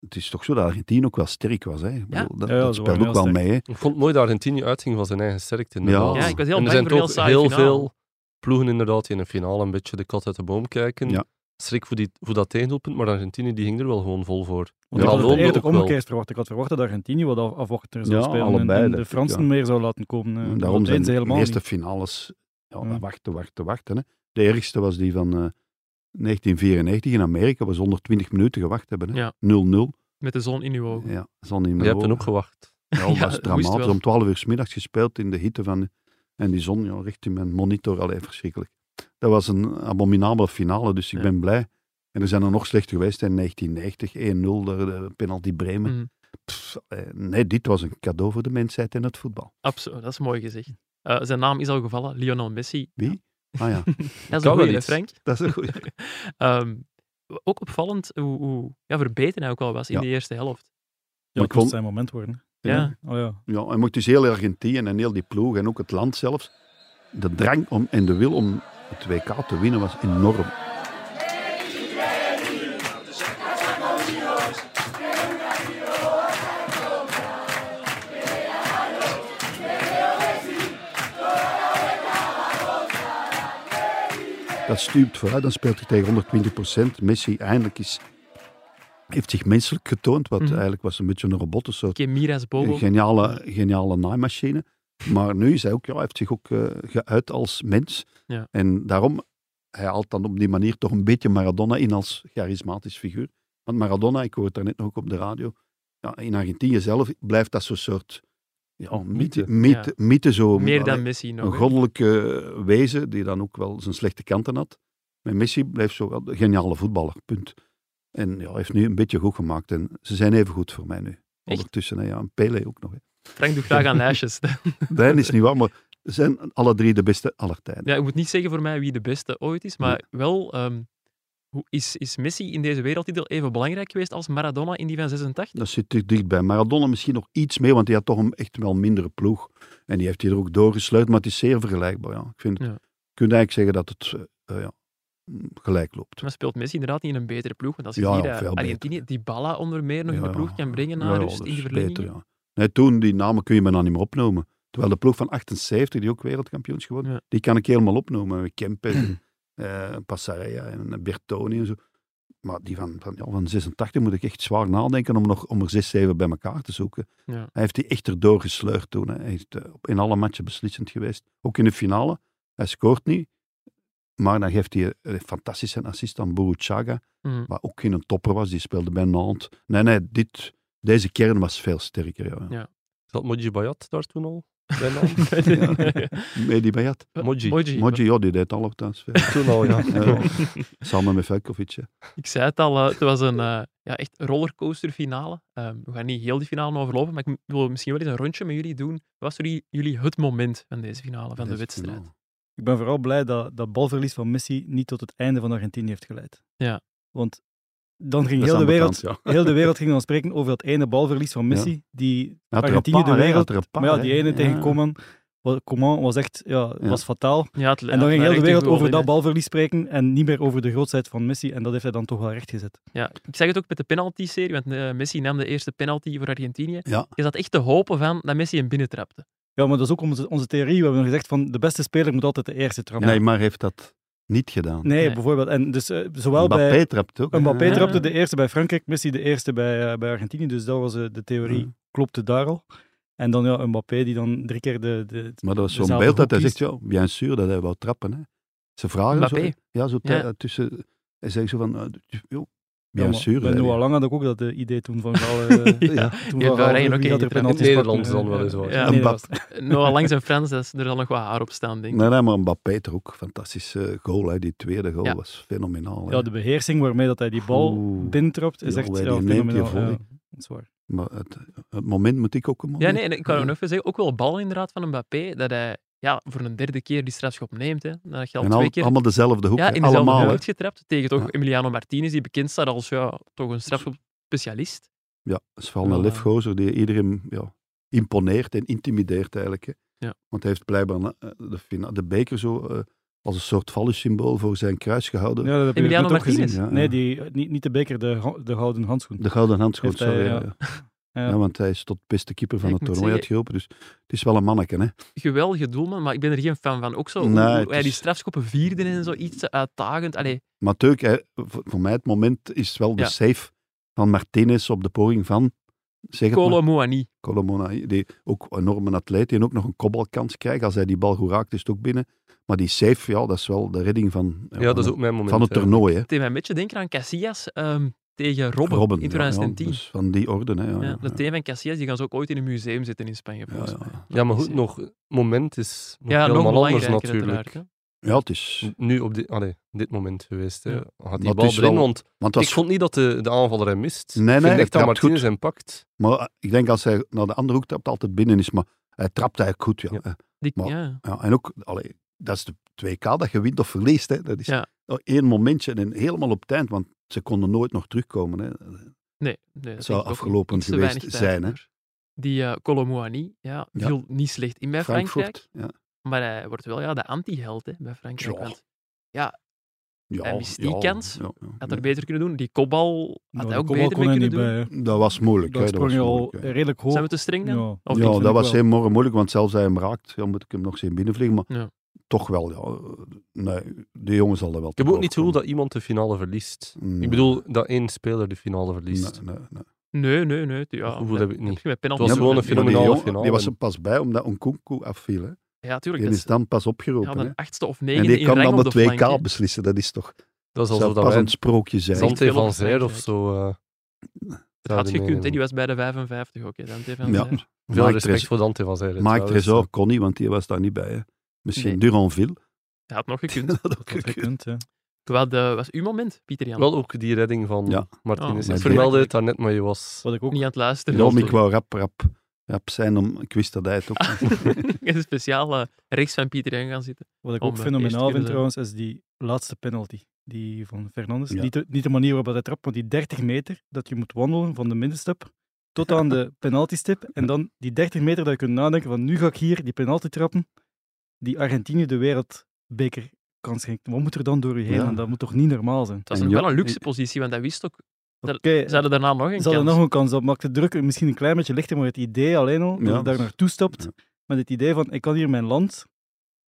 [SPEAKER 4] Het is toch zo dat Argentinië ook wel sterk was. Hè. Ik
[SPEAKER 1] Ja.
[SPEAKER 4] bedoel, dat
[SPEAKER 6] Ja, ja,
[SPEAKER 4] dat
[SPEAKER 6] ze
[SPEAKER 4] speelt
[SPEAKER 6] waren
[SPEAKER 4] ook
[SPEAKER 6] heel
[SPEAKER 4] wel mee. Hè.
[SPEAKER 5] Ik vond het mooi dat Argentinië uitging van zijn eigen sterkte. inderdaad.
[SPEAKER 1] Ja, ik was heel
[SPEAKER 5] en
[SPEAKER 1] bang
[SPEAKER 5] er zijn
[SPEAKER 1] voor een heel
[SPEAKER 5] toch
[SPEAKER 1] saaie
[SPEAKER 5] heel
[SPEAKER 1] finale.
[SPEAKER 5] veel ploegen inderdaad die in een finale een beetje de kat uit de boom kijken.
[SPEAKER 4] Ja.
[SPEAKER 5] Schrik voor, die, voor dat tegendoelpunt, maar Argentinië die ging er wel gewoon vol voor.
[SPEAKER 6] Want
[SPEAKER 4] Ja,
[SPEAKER 6] ik had het
[SPEAKER 5] Londen
[SPEAKER 6] eerder
[SPEAKER 5] ook wel.
[SPEAKER 6] omgekeerd verwacht. Ik had verwacht dat Argentinië wat af- afwachtender zou
[SPEAKER 4] Ja,
[SPEAKER 6] spelen en-
[SPEAKER 4] allebei,
[SPEAKER 6] en
[SPEAKER 4] denk
[SPEAKER 6] de
[SPEAKER 4] ik,
[SPEAKER 6] Fransen
[SPEAKER 4] ja.
[SPEAKER 6] meer zou laten komen. eh,
[SPEAKER 4] En
[SPEAKER 6] dat
[SPEAKER 4] daarom
[SPEAKER 6] deden
[SPEAKER 4] zijn
[SPEAKER 6] ze
[SPEAKER 4] de
[SPEAKER 6] helemaal
[SPEAKER 4] meeste
[SPEAKER 6] niet.
[SPEAKER 4] finales ja,
[SPEAKER 6] Ja.
[SPEAKER 4] wachten, wachten, wachten. Hè. De ergste was die van eh, 1994 in Amerika, waar ze 120 minuten gewacht hebben. hè.
[SPEAKER 1] Ja.
[SPEAKER 4] 0-0.
[SPEAKER 1] Met de zon in uw ogen.
[SPEAKER 4] Ja, zal niet meer
[SPEAKER 5] Je hebt hen
[SPEAKER 4] horen.
[SPEAKER 5] ook gewacht.
[SPEAKER 4] Ja, dat
[SPEAKER 1] Ja,
[SPEAKER 4] is
[SPEAKER 1] moest
[SPEAKER 4] dramatisch.
[SPEAKER 1] wel.
[SPEAKER 4] Om 12 uur 's middags gespeeld in de hitte van... En die zon ja, recht in mijn monitor, allee, verschrikkelijk. Dat was een abominabele finale, dus ik
[SPEAKER 1] Ja.
[SPEAKER 4] ben blij. En er zijn er nog slechter geweest in 1990, 1-0, de penalty Bremen.
[SPEAKER 1] Mhm.
[SPEAKER 4] Pff, eh, nee, dit was een cadeau voor de mensheid en het voetbal.
[SPEAKER 1] Absoluut, dat is mooi gezegd. Eh, zijn naam is al gevallen, Lionel Messi.
[SPEAKER 4] Wie? Ah ja,
[SPEAKER 1] Dat is
[SPEAKER 5] wel
[SPEAKER 1] een goeie, hè,
[SPEAKER 5] iets.
[SPEAKER 1] Frank.
[SPEAKER 4] dat is een goeie.
[SPEAKER 1] Ehm, ook opvallend hoe, hoe ja, verbeterd hij ook al was in
[SPEAKER 4] Ja.
[SPEAKER 1] de eerste helft.
[SPEAKER 6] Ja,
[SPEAKER 4] Maar
[SPEAKER 6] dat
[SPEAKER 4] ik vond-
[SPEAKER 6] moest zijn moment worden.
[SPEAKER 1] Ja.
[SPEAKER 6] Oh ja.
[SPEAKER 4] Ja, en moet dus heel Argentinië en heel die ploeg en ook het land zelfs. De drang om, en de wil om het WK te winnen was enorm. Dat stuurt vooruit, dan speelt hij tegen 120 Messi eindelijk is, heeft zich menselijk getoond, wat
[SPEAKER 1] Mhm.
[SPEAKER 4] eigenlijk was een beetje een robotensoort
[SPEAKER 1] Oké, Miras Bobo.
[SPEAKER 4] een geniale, geniale naaimachine. Maar nu is hij ook, ja, hij heeft zich ook eh, geuit als mens.
[SPEAKER 1] Ja.
[SPEAKER 4] En daarom, hij haalt dan op die manier toch een beetje Maradona in als charismatisch figuur. Want Maradona, ik hoorde het daarnet nog ook op de radio, ja, in Argentinië zelf blijft dat zo'n soort ja, mythe,
[SPEAKER 5] Mythe.
[SPEAKER 4] mythe, mythe zo.
[SPEAKER 1] Oh, Meer dan
[SPEAKER 4] Allee,
[SPEAKER 1] Messi nog.
[SPEAKER 4] Een
[SPEAKER 1] hè.
[SPEAKER 4] goddelijke wezen, die dan ook wel zijn slechte kanten had. Maar Messi blijft zo wel de geniale voetballer, punt. En ja, heeft nu een beetje goed gemaakt. En ze zijn even goed voor mij nu. Ondertussen, hè, ja, en Pele ook nog. hè.
[SPEAKER 1] Frank doet graag aan lijstjes. [LAUGHS]
[SPEAKER 4] Nee, is niet waar, maar ze zijn alle drie de beste aller tijden.
[SPEAKER 1] Ja, ik moet niet zeggen voor mij wie de beste ooit is, maar wel, ehm, hoe is, is Messi in deze wereldtitel even belangrijk geweest als Maradona in die van 86?
[SPEAKER 4] Dat zit er dichtbij. Maradona misschien nog iets mee, want die had toch een echt wel mindere ploeg. En die heeft hij er ook doorgesluit, maar het is zeer vergelijkbaar. Ja. Ik vind,
[SPEAKER 1] Ja.
[SPEAKER 4] je kunt eigenlijk zeggen dat het eh, eh, ja, mm, gelijk loopt.
[SPEAKER 1] Maar speelt Messi inderdaad niet in een betere ploeg? Want als je
[SPEAKER 4] Ja,
[SPEAKER 1] hier
[SPEAKER 4] ja,
[SPEAKER 1] eh,
[SPEAKER 4] veel beter.
[SPEAKER 1] Argentinië, die Balla onder meer nog in
[SPEAKER 4] Ja,
[SPEAKER 1] de
[SPEAKER 4] ja.
[SPEAKER 1] ploeg kan brengen na
[SPEAKER 4] Ja, ja,
[SPEAKER 1] rust
[SPEAKER 4] dat
[SPEAKER 1] in
[SPEAKER 4] is
[SPEAKER 1] de verlenging.
[SPEAKER 4] beter, ja. Nee, toen, die namen kun je me dan niet meer opnoemen. Terwijl de ploeg van 78, die ook wereldkampioen is geworden,
[SPEAKER 1] Ja.
[SPEAKER 4] die kan ik helemaal opnoemen. Met
[SPEAKER 1] [CLEARS THROAT]
[SPEAKER 4] Kempes en eh, Passarella en Bertoni en zo. Maar die van, van, ja, van 86 moet ik echt zwaar nadenken om, nog, om er 6, 7 bij elkaar te zoeken.
[SPEAKER 1] Ja.
[SPEAKER 4] Hij heeft die echt erdoor gesleurd toen. hè. Hij is eh, op- in alle matchen beslissend geweest. Ook in de finale. Hij scoort niet. Maar dan geeft hij eh, fantastisch zijn assist aan Buruchaga [LAUGHS]
[SPEAKER 1] [LAUGHS] Mhm.
[SPEAKER 4] maar ook geen topper was. Die speelde bij Nantes. Nee, nee, dit, deze kern was veel sterker. Ja.
[SPEAKER 1] Ja.
[SPEAKER 5] Zat Moji Bayat daar toen al?
[SPEAKER 1] [LAUGHS]
[SPEAKER 5] Bij naam?
[SPEAKER 4] Mehdi Bayat.
[SPEAKER 5] Moji.
[SPEAKER 1] Moji.
[SPEAKER 4] Modji, ja, die deed al op
[SPEAKER 6] [LAUGHS]
[SPEAKER 4] transfer.
[SPEAKER 5] Toen al, ja.
[SPEAKER 4] Ja. Samen met Velkovic. hè.
[SPEAKER 1] Ik zei het al, eh, het was een eh, ja, echt rollercoaster finale. Ehm, we gaan niet heel die finale overlopen, maar ik m- wil misschien wel eens een rondje met jullie doen. Wat was voor jullie- jullie het moment van deze finale, van de
[SPEAKER 4] Deze
[SPEAKER 1] wedstrijd?
[SPEAKER 4] finale.
[SPEAKER 6] Ik ben vooral blij dat dat balverlies van Messi niet tot het einde van Argentinië heeft geleid.
[SPEAKER 1] Ja.
[SPEAKER 6] Want dan
[SPEAKER 4] Dat
[SPEAKER 6] ging
[SPEAKER 4] is
[SPEAKER 6] heel de,
[SPEAKER 4] aan
[SPEAKER 6] wereld,
[SPEAKER 4] kant, ja.
[SPEAKER 6] heel de
[SPEAKER 4] [LAUGHS]
[SPEAKER 6] wereld ging dan spreken over dat ene balverlies van Messi. Die
[SPEAKER 4] Hij had er een
[SPEAKER 6] Argentinië
[SPEAKER 4] paar,
[SPEAKER 6] de
[SPEAKER 4] hè,
[SPEAKER 6] wereld.
[SPEAKER 4] had er een paar,
[SPEAKER 6] maar ja,
[SPEAKER 4] hè.
[SPEAKER 6] die ene tegen
[SPEAKER 4] Ja.
[SPEAKER 6] Coman, wa- Coman was echt ja,
[SPEAKER 4] Ja.
[SPEAKER 6] Was fataal.
[SPEAKER 1] Ja, het-
[SPEAKER 6] En
[SPEAKER 1] het
[SPEAKER 6] dan ging heel
[SPEAKER 1] lijkt
[SPEAKER 6] de
[SPEAKER 1] er
[SPEAKER 6] wereld
[SPEAKER 1] goed
[SPEAKER 6] over
[SPEAKER 1] in,
[SPEAKER 6] dat
[SPEAKER 1] hè.
[SPEAKER 6] balverlies spreken en niet meer over de grootheid van Messi. En dat heeft hij dan toch wel rechtgezet.
[SPEAKER 1] Ja, ik zeg het ook met de penalty-serie, want eh, Messi nam de eerste penalty voor Argentinië.
[SPEAKER 4] Ja.
[SPEAKER 1] Je zat echt te hopen van dat Messi hem binnentrapte.
[SPEAKER 6] Ja, maar dat is ook onze, onze theorie. We hebben nog gezegd van de beste speler moet altijd de eerste trappen.
[SPEAKER 4] Nee, maar heeft dat niet gedaan.
[SPEAKER 6] Nee,
[SPEAKER 1] Nee.
[SPEAKER 6] bijvoorbeeld. En dus eh, zowel
[SPEAKER 4] Mbappé
[SPEAKER 6] bij...
[SPEAKER 4] trapt ook. hè.
[SPEAKER 6] Mbappé
[SPEAKER 1] Ja.
[SPEAKER 6] trapte de eerste bij Frankrijk, Messi de eerste bij, eh, bij Argentinië. Dus dat was eh, de theorie,
[SPEAKER 4] Ja.
[SPEAKER 6] klopte daar al. En dan ja, Mbappé die dan drie keer de... de
[SPEAKER 4] Maar dat was
[SPEAKER 6] Dus
[SPEAKER 4] zo'n
[SPEAKER 6] nou,
[SPEAKER 4] beeld dat hij
[SPEAKER 6] hoe
[SPEAKER 4] zegt, ja, bien sûr, dat hij wou trappen. Hè. Ze vragen zo.
[SPEAKER 1] Mbappé.
[SPEAKER 4] Ja, zo
[SPEAKER 1] Ja.
[SPEAKER 4] t- tussen... Hij zegt zo van, eh, jo,
[SPEAKER 6] ja,
[SPEAKER 4] bien
[SPEAKER 6] maar
[SPEAKER 4] sûr.
[SPEAKER 6] Bij
[SPEAKER 4] zei hij.
[SPEAKER 6] Noah Lang had ik ook dat eh, idee toen
[SPEAKER 4] [LAUGHS]
[SPEAKER 6] van... Gaal, eh,
[SPEAKER 4] [LAUGHS] Ja.
[SPEAKER 6] toen
[SPEAKER 1] Ja,
[SPEAKER 6] van
[SPEAKER 1] bij
[SPEAKER 6] Gaal
[SPEAKER 1] Rijn ook
[SPEAKER 6] wie dat er
[SPEAKER 1] ingetrapt.
[SPEAKER 6] penalties
[SPEAKER 5] In Nederland
[SPEAKER 6] pakte.
[SPEAKER 5] dan wel eens hoor.
[SPEAKER 1] Ja.
[SPEAKER 6] Ja, nee, dat was-
[SPEAKER 1] Eh, Noah Langs en Frans, dat is- er zal nog wat haar op staan, denk ik.
[SPEAKER 4] Nee, nee, maar Mbappé toch ook. Fantastische goal. Hè. Die tweede goal
[SPEAKER 1] Ja.
[SPEAKER 4] was fenomenaal. hè.
[SPEAKER 6] ja, de beheersing waarmee dat hij die bal
[SPEAKER 4] Oeh.
[SPEAKER 6] binnentrapt is
[SPEAKER 4] Ja,
[SPEAKER 6] echt
[SPEAKER 4] hoe hij
[SPEAKER 6] ja,
[SPEAKER 4] die neemt, die
[SPEAKER 6] fenomenaal. Ja,
[SPEAKER 4] volley.
[SPEAKER 6] dat is waar.
[SPEAKER 4] Maar het, het moment moet ik ook een moment.
[SPEAKER 1] Ja, nee, en ik kan
[SPEAKER 4] Ja.
[SPEAKER 1] nog even zeggen, ook wel bal inderdaad van Mbappé, dat hij ja, voor een derde keer die strafschop neemt. Hè. Dat je al
[SPEAKER 4] en al-
[SPEAKER 1] twee keer
[SPEAKER 4] allemaal dezelfde hoek.
[SPEAKER 1] ja,
[SPEAKER 4] hè.
[SPEAKER 1] in dezelfde
[SPEAKER 4] allemaal. hè.
[SPEAKER 1] hoek getrapt. Tegen toch
[SPEAKER 4] Ja.
[SPEAKER 1] Emiliano Martinez, die bekend staat als ja, toch een strafschopspecialist.
[SPEAKER 4] Ja, dat is vooral een
[SPEAKER 1] Ja.
[SPEAKER 4] lefgozer die iedereen ja, imponeert en intimideert eigenlijk. Hè.
[SPEAKER 1] Ja.
[SPEAKER 4] Want hij heeft blijkbaar eh, de, fina- de beker zo eh, als een soort vallussymbool voor zijn kruis gehouden.
[SPEAKER 6] Ja, dat heb je
[SPEAKER 1] Emiliano
[SPEAKER 6] net ook gezien.
[SPEAKER 1] Martinez.
[SPEAKER 4] Ja, ja.
[SPEAKER 6] Nee, die, niet, niet de beker, de, gou- de gouden handschoen.
[SPEAKER 4] De gouden handschoen,
[SPEAKER 6] Heeft hij,
[SPEAKER 4] sorry.
[SPEAKER 6] ja.
[SPEAKER 4] ja, ja.
[SPEAKER 6] Ja.
[SPEAKER 4] Ja, want hij is tot beste keeper van
[SPEAKER 1] Ik
[SPEAKER 4] het
[SPEAKER 1] moet
[SPEAKER 4] toernooi
[SPEAKER 1] zeggen-
[SPEAKER 4] uitgeroepen. Dus het is wel een manneken. Hè.
[SPEAKER 1] Geweldige doelman, maar ik ben er geen fan van. Ook zo, hoe-
[SPEAKER 4] Nee,
[SPEAKER 1] hoe
[SPEAKER 4] het
[SPEAKER 1] hij die
[SPEAKER 4] is-
[SPEAKER 1] strafschoppen vierde en zo, iets te uitdagend. Allee,
[SPEAKER 4] Maar Teuk, hè, voor voor mij het moment is wel de
[SPEAKER 1] Ja.
[SPEAKER 4] save van Martinez op de poging van... Zeg het maar.
[SPEAKER 1] Colo Muani.
[SPEAKER 4] Colomona, die ook een enorme atleet, die ook nog een kopbalkans krijgt. Als hij die bal goed raakt, is het ook binnen. Maar die safe, ja, dat is wel de redding van,
[SPEAKER 5] Ja, dat is
[SPEAKER 4] van,
[SPEAKER 5] ook mijn moment.
[SPEAKER 4] van het
[SPEAKER 5] hè.
[SPEAKER 4] toernooi. Hè.
[SPEAKER 1] Het deed mij een beetje denken aan Casillas ehm, tegen Robben,
[SPEAKER 4] Robben,
[SPEAKER 1] in
[SPEAKER 4] ja, ja,
[SPEAKER 1] 2010. Ja,
[SPEAKER 4] dus van die orde. Hè, ja, ja,
[SPEAKER 1] de thee van Casillas, die gaan ze ook ooit in een museum zitten in Spanje,
[SPEAKER 4] ja,
[SPEAKER 1] volgens mij.
[SPEAKER 4] ja.
[SPEAKER 5] Ja, maar goed, nog, moment is nog
[SPEAKER 1] Ja, nog
[SPEAKER 5] helemaal anders
[SPEAKER 1] belangrijker
[SPEAKER 5] natuurlijk.
[SPEAKER 1] uiteraard, hè.
[SPEAKER 4] Ja, het is...
[SPEAKER 5] Nu op dit, allee, dit moment geweest. Hè.
[SPEAKER 1] Ja.
[SPEAKER 5] Had
[SPEAKER 4] Maar
[SPEAKER 5] die
[SPEAKER 4] het
[SPEAKER 5] bal
[SPEAKER 4] is
[SPEAKER 5] erin,
[SPEAKER 4] wel-
[SPEAKER 5] want
[SPEAKER 4] Want als,
[SPEAKER 5] ik vond niet dat de, de aanvaller hem mist.
[SPEAKER 4] Nee, nee,
[SPEAKER 5] ik
[SPEAKER 4] hij
[SPEAKER 5] vind echt dat
[SPEAKER 4] trapt
[SPEAKER 5] Martinez
[SPEAKER 4] goed.
[SPEAKER 5] hem pakt.
[SPEAKER 4] maar eh, ik denk als hij naar de andere hoek trapt, altijd binnen is. Maar hij trapt eigenlijk goed, ja.
[SPEAKER 5] Ja.
[SPEAKER 4] Eh,
[SPEAKER 1] Die,
[SPEAKER 4] Maar-
[SPEAKER 1] ja.
[SPEAKER 4] Ja, en ook, allee, dat is de 2K dat je wint of verliest. Hè. Dat is
[SPEAKER 1] Ja.
[SPEAKER 4] één momentje en helemaal op het eind, want ze konden nooit nog terugkomen. Hè.
[SPEAKER 1] Nee, nee, dat
[SPEAKER 4] zou
[SPEAKER 1] denk ik ook
[SPEAKER 4] afgelopen
[SPEAKER 1] iets te
[SPEAKER 4] geweest
[SPEAKER 1] weinig tijd
[SPEAKER 4] zijn, hè.
[SPEAKER 1] voor. Die eh Colomouani ja,
[SPEAKER 4] Ja.
[SPEAKER 1] viel niet slecht in bij Frankrijk.
[SPEAKER 4] Frankfurt. Ja.
[SPEAKER 1] Maar hij wordt wel ja, de anti-held hè, bij Frankrijk.
[SPEAKER 4] Ja.
[SPEAKER 1] Want Hij
[SPEAKER 4] Ja,
[SPEAKER 1] mist die kans.
[SPEAKER 4] ja, ja.
[SPEAKER 1] had er beter kunnen doen. Die kopbal had
[SPEAKER 6] Nou,
[SPEAKER 1] hij
[SPEAKER 6] de
[SPEAKER 1] ook
[SPEAKER 6] kopbal
[SPEAKER 1] beter
[SPEAKER 6] kon
[SPEAKER 1] mee
[SPEAKER 6] hij
[SPEAKER 1] kunnen
[SPEAKER 6] niet
[SPEAKER 1] doen.
[SPEAKER 6] bij. hè.
[SPEAKER 4] Dat was moeilijk.
[SPEAKER 6] Daar
[SPEAKER 4] hè, Dat was
[SPEAKER 6] sprong je al
[SPEAKER 4] moeilijk, hè.
[SPEAKER 6] redelijk hoog.
[SPEAKER 1] Zijn we te streng dan?
[SPEAKER 6] Ja.
[SPEAKER 1] Of
[SPEAKER 4] ja,
[SPEAKER 1] niet?
[SPEAKER 6] vind
[SPEAKER 4] dat
[SPEAKER 6] ik
[SPEAKER 4] was
[SPEAKER 6] wel.
[SPEAKER 4] helemaal moeilijk, want zelfs als hij hem raakt, dan moet ik hem nog zien binnenvliegen. Maar
[SPEAKER 1] Ja.
[SPEAKER 4] toch wel, ja. Nee, de jongen zal dat wel.
[SPEAKER 5] Ik heb ook niet het gevoel dat iemand de finale verliest. Ik bedoel, dat één speler de finale verliest.
[SPEAKER 4] Nee, nee, nee.
[SPEAKER 1] Nee, nee, nee. Ja,
[SPEAKER 5] Dat gevoel heb ik niet.
[SPEAKER 1] je bij penalty
[SPEAKER 5] Het was
[SPEAKER 1] ook
[SPEAKER 5] gewoon
[SPEAKER 1] net niet.
[SPEAKER 5] een
[SPEAKER 4] Maar
[SPEAKER 5] fenomenale
[SPEAKER 4] die jongen,
[SPEAKER 5] finale.
[SPEAKER 4] Die was er pas bij omdat Nkunku afviel. Hè.
[SPEAKER 1] Ja, tuurlijk.
[SPEAKER 4] Die
[SPEAKER 1] Dat is,
[SPEAKER 4] is dan pas
[SPEAKER 1] ja,
[SPEAKER 4] opgeroepen.
[SPEAKER 1] de
[SPEAKER 4] hè.
[SPEAKER 1] achtste of
[SPEAKER 4] En
[SPEAKER 1] negende
[SPEAKER 4] die
[SPEAKER 1] in
[SPEAKER 4] kan
[SPEAKER 1] rang
[SPEAKER 4] dan
[SPEAKER 1] op de
[SPEAKER 4] de 2K
[SPEAKER 1] flank, hè.
[SPEAKER 4] beslissen. Dat is toch
[SPEAKER 5] Dat is
[SPEAKER 4] zou
[SPEAKER 5] alsof dat
[SPEAKER 4] pas
[SPEAKER 5] wij
[SPEAKER 4] een sprookje zijn.
[SPEAKER 1] Zand-
[SPEAKER 5] Zanté
[SPEAKER 1] veel
[SPEAKER 5] van
[SPEAKER 1] op
[SPEAKER 5] Zijr of
[SPEAKER 1] Frankrijk.
[SPEAKER 5] zo... eh,
[SPEAKER 1] Dat had
[SPEAKER 5] zouden eh,
[SPEAKER 1] gekund, hè.
[SPEAKER 5] meenemen.
[SPEAKER 1] die was bij de 55 ook. Hè. Dante van
[SPEAKER 4] Ja.
[SPEAKER 1] Zijl.
[SPEAKER 5] Veel
[SPEAKER 4] Mike
[SPEAKER 5] respect
[SPEAKER 4] Trezor-
[SPEAKER 5] voor Dante van Zijr.
[SPEAKER 4] Mike
[SPEAKER 5] trouwens.
[SPEAKER 4] Trezor kon niet, want die was daar niet bij. Hè. Misschien
[SPEAKER 1] Nee.
[SPEAKER 4] Duranville. [LAUGHS]
[SPEAKER 1] Hij had nog gekund. [LAUGHS]
[SPEAKER 4] Dat had ook
[SPEAKER 6] Dat
[SPEAKER 4] gekund.
[SPEAKER 6] kunt, hè.
[SPEAKER 1] Wat eh, was uw moment, Pieter Jan?
[SPEAKER 5] Wel ook die redding van
[SPEAKER 4] Ja.
[SPEAKER 5] Martinez.
[SPEAKER 4] Ja,
[SPEAKER 5] ik
[SPEAKER 4] maar
[SPEAKER 5] vermeldde
[SPEAKER 1] die-
[SPEAKER 5] het daarnet, maar je was...
[SPEAKER 6] Wat ik ook
[SPEAKER 1] Niet aan het luisteren.
[SPEAKER 4] Ja, maar ik wou rap, rap, rap zijn, om, ik wist dat hij het ook
[SPEAKER 1] [LAUGHS] een speciaal eh, rechts van Pieter Jan gaan zitten.
[SPEAKER 6] Wat ik
[SPEAKER 1] Om,
[SPEAKER 6] ook
[SPEAKER 1] eh, eerst
[SPEAKER 6] fenomenaal
[SPEAKER 1] kunnen
[SPEAKER 6] vind
[SPEAKER 1] ze-
[SPEAKER 6] trouwens, is die laatste penalty. Die van Fernandes.
[SPEAKER 4] Ja.
[SPEAKER 6] Niet, de, niet de manier waarop hij trapt, maar die 30 meter dat je moet wandelen van de middenstep tot aan de penaltystip. En dan die 30 meter dat je kunt nadenken van nu ga ik hier die penalty trappen. Die Argentinië de wereldbeker kan schenken. Wat moet er dan door je heen?
[SPEAKER 4] Ja.
[SPEAKER 6] En dat moet toch niet normaal zijn?
[SPEAKER 1] Het was
[SPEAKER 4] En
[SPEAKER 1] nog
[SPEAKER 4] Jo-
[SPEAKER 1] wel een luxe positie, want hij wist ook. Dat-
[SPEAKER 6] Oké,
[SPEAKER 1] Ze hadden daarna nog een
[SPEAKER 6] ze hadden
[SPEAKER 1] kans.
[SPEAKER 6] nog een kans. Dat maakt de druk misschien een klein beetje lichter, maar het idee alleen al dat
[SPEAKER 4] Ja,
[SPEAKER 6] je daar
[SPEAKER 4] dat is-
[SPEAKER 6] naartoe stapt.
[SPEAKER 4] ja.
[SPEAKER 6] Met het idee van, ik kan hier mijn land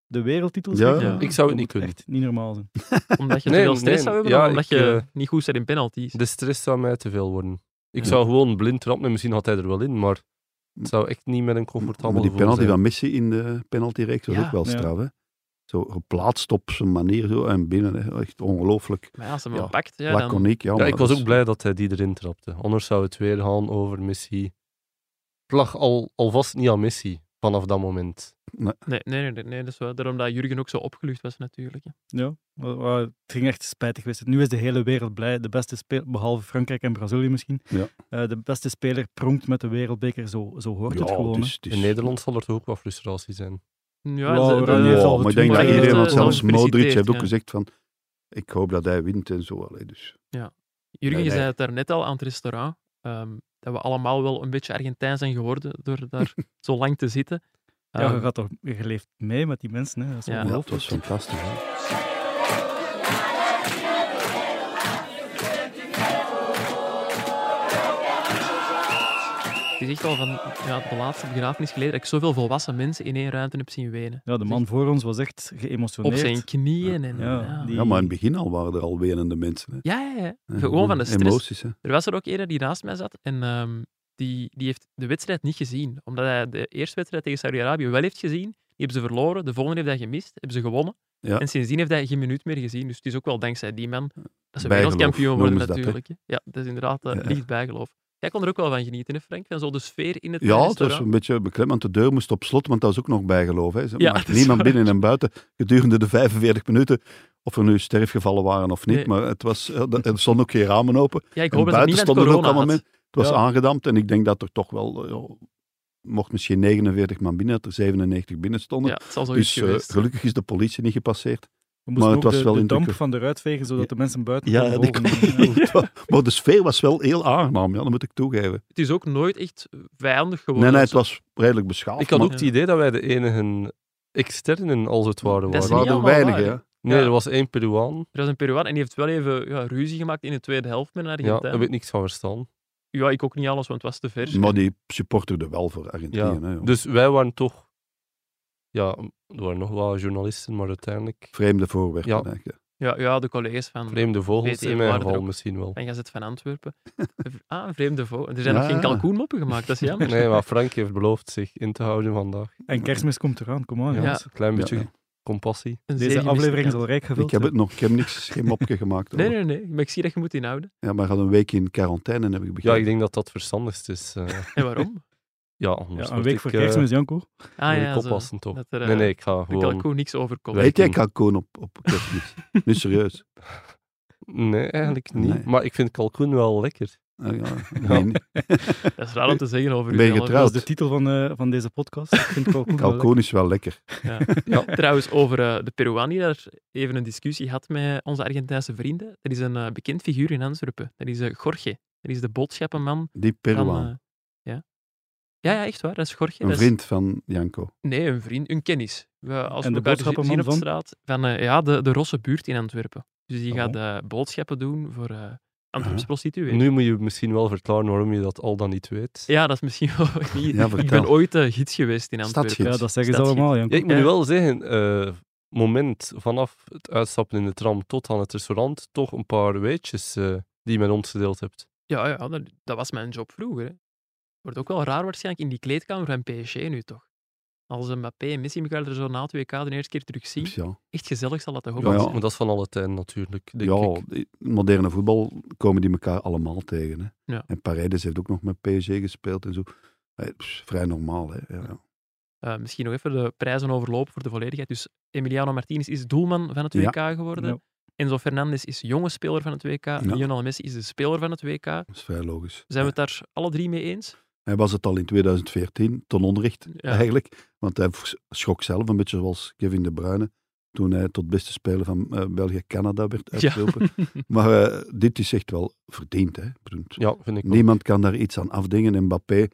[SPEAKER 6] de wereldtitel
[SPEAKER 4] Ja.
[SPEAKER 6] schenken.
[SPEAKER 1] Ja.
[SPEAKER 5] Ik zou het
[SPEAKER 6] Dat
[SPEAKER 5] niet
[SPEAKER 6] moet
[SPEAKER 5] kunnen.
[SPEAKER 6] Echt niet normaal zijn.
[SPEAKER 1] Omdat je
[SPEAKER 5] Nee,
[SPEAKER 1] te veel stress
[SPEAKER 5] nee,
[SPEAKER 1] zou hebben,
[SPEAKER 5] ja,
[SPEAKER 1] of omdat
[SPEAKER 5] ik,
[SPEAKER 1] je
[SPEAKER 5] eh,
[SPEAKER 1] niet goed bent in penalties.
[SPEAKER 5] De stress zou mij te veel worden. Ik
[SPEAKER 4] Ja.
[SPEAKER 5] zou gewoon blind trappen en misschien had hij er wel in, maar het zou echt niet met een comfortabel
[SPEAKER 4] Maar die
[SPEAKER 5] gevoel
[SPEAKER 4] penalty
[SPEAKER 5] zijn.
[SPEAKER 4] van Messi in de penaltyreeks was
[SPEAKER 1] Ja.
[SPEAKER 4] ook wel
[SPEAKER 6] Ja.
[SPEAKER 4] straf. Hè? Zo geplaatst op zijn manier zo, en binnen. Hè? Echt ongelooflijk.
[SPEAKER 1] Maar ja, als ze hem
[SPEAKER 4] Ja,
[SPEAKER 1] wel pakt, ja, dan...
[SPEAKER 4] Laconiek. Ja, maar
[SPEAKER 5] ja, ik was
[SPEAKER 4] dat
[SPEAKER 5] ook
[SPEAKER 4] is-
[SPEAKER 5] blij dat hij die erin trapte. Anders zou het weer gaan over Messi. Het lag al, alvast niet aan Messi vanaf dat moment.
[SPEAKER 1] Nee, nee, nee, nee, nee, dat is wel. Daarom dat Jurgen ook zo opgelucht was natuurlijk. hè.
[SPEAKER 6] Ja, wa- wa- het ging echt spijtig geweest. Nu is de hele wereld blij. De beste speler, behalve Frankrijk en Brazilië misschien.
[SPEAKER 4] Ja.
[SPEAKER 6] Eh, de beste speler pronkt met de wereldbeker. Zo, zo hoort het
[SPEAKER 4] Ja, dus-
[SPEAKER 6] gewoon.
[SPEAKER 4] het
[SPEAKER 6] hè.
[SPEAKER 4] is- het is-
[SPEAKER 5] In Nederland zal er toch ook wat frustratie zijn.
[SPEAKER 1] Ja,
[SPEAKER 6] Wauw,
[SPEAKER 1] ze-
[SPEAKER 6] René
[SPEAKER 1] ze-
[SPEAKER 6] heeft
[SPEAKER 4] Ja,
[SPEAKER 6] al
[SPEAKER 4] maar ik
[SPEAKER 6] getweet,
[SPEAKER 4] denk dat
[SPEAKER 1] eh,
[SPEAKER 4] iedereen, want
[SPEAKER 1] eh,
[SPEAKER 4] zelfs Modric
[SPEAKER 1] gefeliciteerd,
[SPEAKER 4] heeft ook
[SPEAKER 1] ja.
[SPEAKER 4] gezegd van, ik hoop dat hij wint en zo. Allee, dus.
[SPEAKER 1] Jurgen,
[SPEAKER 4] Nee,
[SPEAKER 1] je
[SPEAKER 4] nee.
[SPEAKER 1] zei het daarnet al aan het restaurant, ehm, dat we allemaal wel een beetje Argentijn zijn geworden door daar zo lang te zitten.
[SPEAKER 6] Ja, je,
[SPEAKER 1] Ehm,
[SPEAKER 6] gaat toch, je leeft mee met die mensen. Hè. Dat is
[SPEAKER 1] Ja.
[SPEAKER 4] Ja,
[SPEAKER 6] ongelooflijk.
[SPEAKER 4] het was fantastisch. hè.
[SPEAKER 1] het is echt al van ja, de laatste begrafenis geleden dat ik zoveel volwassen mensen in één ruimte heb zien wenen.
[SPEAKER 6] Ja, de man voor ons was echt geëmotioneerd.
[SPEAKER 1] Op zijn knieën en...
[SPEAKER 6] Ja,
[SPEAKER 1] Ja,
[SPEAKER 6] die-
[SPEAKER 4] Ja, maar in het begin al waren er al wenende mensen. Hè.
[SPEAKER 1] ja, ja, ja.
[SPEAKER 4] Ja,
[SPEAKER 1] Gewoon van de stress.
[SPEAKER 4] Emoties, hè.
[SPEAKER 1] Er was er ook eerder die naast mij zat en ehm, die, die heeft de wedstrijd niet gezien. Omdat hij de eerste wedstrijd tegen Saudi-Arabië wel heeft gezien. Die hebben ze verloren. De volgende heeft hij gemist. Hebben ze gewonnen.
[SPEAKER 4] Ja.
[SPEAKER 1] En sindsdien heeft hij geen minuut meer gezien. Dus het is ook wel dankzij die man dat ze
[SPEAKER 4] Bijgeloof
[SPEAKER 1] wereldkampioen worden
[SPEAKER 4] noemen ze dat, hè?
[SPEAKER 1] natuurlijk. hè. ja, dat is inderdaad eh,
[SPEAKER 4] Ja, ja.
[SPEAKER 1] licht bijgeloof. Jij kon er ook wel van genieten, hè, Frank? Van zo de sfeer in het
[SPEAKER 4] Ja, het was
[SPEAKER 1] restaurant.
[SPEAKER 4] een beetje beklemd, want de deur moest op slot, want dat was ook nog bijgeloof. Hè. Ze
[SPEAKER 1] Ja,
[SPEAKER 4] maakten
[SPEAKER 1] dat is
[SPEAKER 4] niemand
[SPEAKER 1] waar.
[SPEAKER 4] binnen en buiten gedurende de 45 minuten. Of er nu sterfgevallen waren of niet,
[SPEAKER 1] Nee.
[SPEAKER 4] maar het was, eh, dat- er stonden ook geen ramen open.
[SPEAKER 1] Ja, ik
[SPEAKER 4] En
[SPEAKER 1] hoop dat het
[SPEAKER 4] buiten
[SPEAKER 1] niet met
[SPEAKER 4] stonden er ook
[SPEAKER 1] corona
[SPEAKER 4] allemaal
[SPEAKER 1] had.
[SPEAKER 4] mensen. Het was
[SPEAKER 6] Ja.
[SPEAKER 4] aangedampt en ik denk dat er toch wel, eh, ja, mocht misschien 49 man binnen, dat er 97 binnen stonden.
[SPEAKER 1] Ja, het zal zoiets
[SPEAKER 4] dus eh,
[SPEAKER 1] geweest. zijn.
[SPEAKER 4] gelukkig is de politie niet gepasseerd.
[SPEAKER 6] We moesten
[SPEAKER 4] het
[SPEAKER 6] ook
[SPEAKER 4] was
[SPEAKER 6] de,
[SPEAKER 4] wel
[SPEAKER 6] de damp
[SPEAKER 4] indrukwekkend.
[SPEAKER 6] van eruit vegen, zodat
[SPEAKER 4] Ja.
[SPEAKER 6] de mensen buiten
[SPEAKER 4] [LAUGHS] Ja,
[SPEAKER 6] konden
[SPEAKER 4] die
[SPEAKER 6] volgen. Ja.
[SPEAKER 4] Het wa- maar de sfeer was wel heel aangenaam, ja, dat moet ik toegeven.
[SPEAKER 1] Het is ook nooit echt vijandig geworden.
[SPEAKER 4] Nee, nee, het was redelijk beschaafd.
[SPEAKER 5] Ik had
[SPEAKER 4] maar
[SPEAKER 5] ook het idee dat wij de enigen externen, als het ware,
[SPEAKER 1] Dat
[SPEAKER 5] waren.
[SPEAKER 1] is
[SPEAKER 4] er
[SPEAKER 1] niet
[SPEAKER 4] waren er
[SPEAKER 1] allemaal
[SPEAKER 4] weinig,
[SPEAKER 1] waar.
[SPEAKER 4] hè.
[SPEAKER 5] Nee,
[SPEAKER 1] Ja.
[SPEAKER 5] er was één Peruaan.
[SPEAKER 1] Er was een Peruaan en die heeft wel even ja, ruzie gemaakt in de tweede helft met een
[SPEAKER 5] Ja, daar
[SPEAKER 1] Argentijn.
[SPEAKER 5] heb ik niks van verstaan.
[SPEAKER 1] Ja, ik ook niet alles, want het was te vers.
[SPEAKER 4] Maar die supporterde wel voor Argentinië.
[SPEAKER 5] Ja.
[SPEAKER 4] hè, joh.
[SPEAKER 5] Dus wij waren toch... Ja, er waren nog wel journalisten, maar uiteindelijk...
[SPEAKER 4] Vreemde voorwerpen.
[SPEAKER 5] Ja.
[SPEAKER 4] eigenlijk, hè.
[SPEAKER 1] Ja, ja, de collega's van,
[SPEAKER 5] Vreemde vogels
[SPEAKER 1] BTM
[SPEAKER 5] in mijn
[SPEAKER 1] waren er
[SPEAKER 5] geval
[SPEAKER 1] ook.
[SPEAKER 5] misschien wel.
[SPEAKER 1] van Gazet van Antwerpen. Een v- Ah, een vreemde vogel. Er zijn nog
[SPEAKER 4] Ja.
[SPEAKER 1] geen kalkoenmoppen gemaakt, dat is jammer.
[SPEAKER 5] Nee, maar Frank heeft beloofd zich in te houden vandaag.
[SPEAKER 6] En kerstmis komt eraan, kom aan.
[SPEAKER 5] Ja,
[SPEAKER 6] jongens.
[SPEAKER 5] een klein
[SPEAKER 4] Ja,
[SPEAKER 5] beetje
[SPEAKER 4] ja.
[SPEAKER 5] compassie.
[SPEAKER 1] Een
[SPEAKER 6] Deze
[SPEAKER 1] zeer
[SPEAKER 6] aflevering is
[SPEAKER 1] gemiste
[SPEAKER 6] al rijk gevuld.
[SPEAKER 4] Ik heb het nog, ik heb
[SPEAKER 1] [LAUGHS]
[SPEAKER 4] niks, geen mopje gemaakt.
[SPEAKER 1] kans. Nee, nee, nee. Maar ik zie dat je moet inhouden.
[SPEAKER 4] Ja, maar gaat een week in quarantaine, heb ik
[SPEAKER 5] Ja,
[SPEAKER 4] begrepen.
[SPEAKER 5] ik denk dat dat verstandigst is. eh.
[SPEAKER 1] En
[SPEAKER 4] [LAUGHS]
[SPEAKER 1] waarom?
[SPEAKER 5] ja,
[SPEAKER 6] Ja,
[SPEAKER 5] anders
[SPEAKER 6] een
[SPEAKER 5] word
[SPEAKER 6] week voor
[SPEAKER 5] ik, eh,
[SPEAKER 6] kerstmis, Janko.
[SPEAKER 1] Ah
[SPEAKER 5] moet ik
[SPEAKER 1] ja, zo.
[SPEAKER 5] oppassen toch.
[SPEAKER 1] dat er, eh,
[SPEAKER 5] nee, nee, ik ga
[SPEAKER 1] de
[SPEAKER 5] gewoon...
[SPEAKER 1] kalkoen niks overkomt.
[SPEAKER 5] Wij-
[SPEAKER 4] Eet jij
[SPEAKER 5] Werking.
[SPEAKER 4] kalkoen op, op
[SPEAKER 1] [LAUGHS]
[SPEAKER 4] kerstmis? nu serieus.
[SPEAKER 5] Nee, eigenlijk niet.
[SPEAKER 4] Nee.
[SPEAKER 5] Maar ik vind kalkoen wel lekker.
[SPEAKER 4] Ah, ja. Nee, nee.
[SPEAKER 1] Dat is raar om te zeggen over
[SPEAKER 4] Ben je
[SPEAKER 1] uzelf.
[SPEAKER 4] getrouwd?
[SPEAKER 6] Dat is de titel van, eh, van deze podcast. Ik vind kalkoen wel
[SPEAKER 4] Kalkoen is wel lekker. [LAUGHS]
[SPEAKER 1] Trouwens, over eh, de Peruaan die daar even een discussie had met onze Argentijnse vrienden. Dat is een eh, bekend figuur in Antwerpen. Dat is eh, Jorge. Dat is de boodschappenman
[SPEAKER 4] Die
[SPEAKER 1] van...
[SPEAKER 4] Peruaan.
[SPEAKER 1] eh, ja. Ja, ja, echt waar. Dat is Jorge.
[SPEAKER 4] Een
[SPEAKER 1] dat is-
[SPEAKER 4] vriend van Janko.
[SPEAKER 1] Nee, een vriend, een kennis. We, als
[SPEAKER 6] En
[SPEAKER 1] we
[SPEAKER 6] de
[SPEAKER 1] elkaar zi-
[SPEAKER 6] boodschappenman
[SPEAKER 1] zien op
[SPEAKER 6] van?
[SPEAKER 1] straat, van eh, ja, de, de Rosse buurt in Antwerpen. Dus die
[SPEAKER 6] Oh.
[SPEAKER 1] gaat eh, boodschappen doen voor eh Antwerps
[SPEAKER 4] Aha.
[SPEAKER 1] prostituees.
[SPEAKER 5] Nu moet je misschien wel verklaren waarom je dat al dan niet weet.
[SPEAKER 1] Ja, dat is misschien wel [LAUGHS] niet.
[SPEAKER 4] Ja,
[SPEAKER 1] ik
[SPEAKER 4] vertel.
[SPEAKER 1] ben ooit eh, gids geweest in Antwerpen.
[SPEAKER 4] Stadsgids.
[SPEAKER 6] Ja, dat zeggen ze
[SPEAKER 1] Stadsgids.
[SPEAKER 6] allemaal, Janko.
[SPEAKER 5] Ja, ik moet
[SPEAKER 1] Ja.
[SPEAKER 5] nu wel zeggen, eh, moment vanaf het uitstappen in de tram tot aan het restaurant, toch een paar weetjes eh, die je met ons gedeeld hebt.
[SPEAKER 1] Ja, ja dat, dat was mijn job vroeger. Hè. Wordt ook wel raar waarschijnlijk in die kleedkamer van PSG nu toch. Als een Mbappé en Messi elkaar er zo na het WK de eerste keer terug zien,
[SPEAKER 4] Dus Ja,
[SPEAKER 1] echt gezellig zal dat toch ook
[SPEAKER 4] Ja,
[SPEAKER 1] wel
[SPEAKER 4] ja.
[SPEAKER 1] zijn.
[SPEAKER 5] Maar dat is van alle tijden natuurlijk, denk
[SPEAKER 4] ja
[SPEAKER 5] ik.
[SPEAKER 4] die- moderne voetbal komen die elkaar allemaal tegen. Hè.
[SPEAKER 1] Ja.
[SPEAKER 4] En Paredes heeft ook nog met PSG gespeeld en zo. Eh, pff, vrij normaal, hè. Ja, ja.
[SPEAKER 1] Eh, misschien nog even de prijzen overlopen voor de volledigheid. Dus Emiliano Martinez is doelman van het
[SPEAKER 4] Ja.
[SPEAKER 1] WK geworden.
[SPEAKER 6] Ja.
[SPEAKER 1] Enzo Fernandez is jonge speler van het WK. Lionel Messi is de speler van het WK. Zijn
[SPEAKER 4] Dat is vrij logisch.
[SPEAKER 1] we het daar alle drie mee eens?
[SPEAKER 4] Hij was het al in 2014, ten onrechte
[SPEAKER 1] Ja.
[SPEAKER 4] eigenlijk. Want hij vers- schrok zelf een beetje zoals Kevin De Bruyne toen hij tot beste speler van eh, België-Canada werd
[SPEAKER 1] Ja.
[SPEAKER 5] [LAUGHS]
[SPEAKER 4] uitgeroepen. maar eh, dit is echt wel verdiend. Hè? Ik bedoel,
[SPEAKER 5] Ja, vind ik ook.
[SPEAKER 4] Niemand kan daar iets aan afdingen. En Mbappé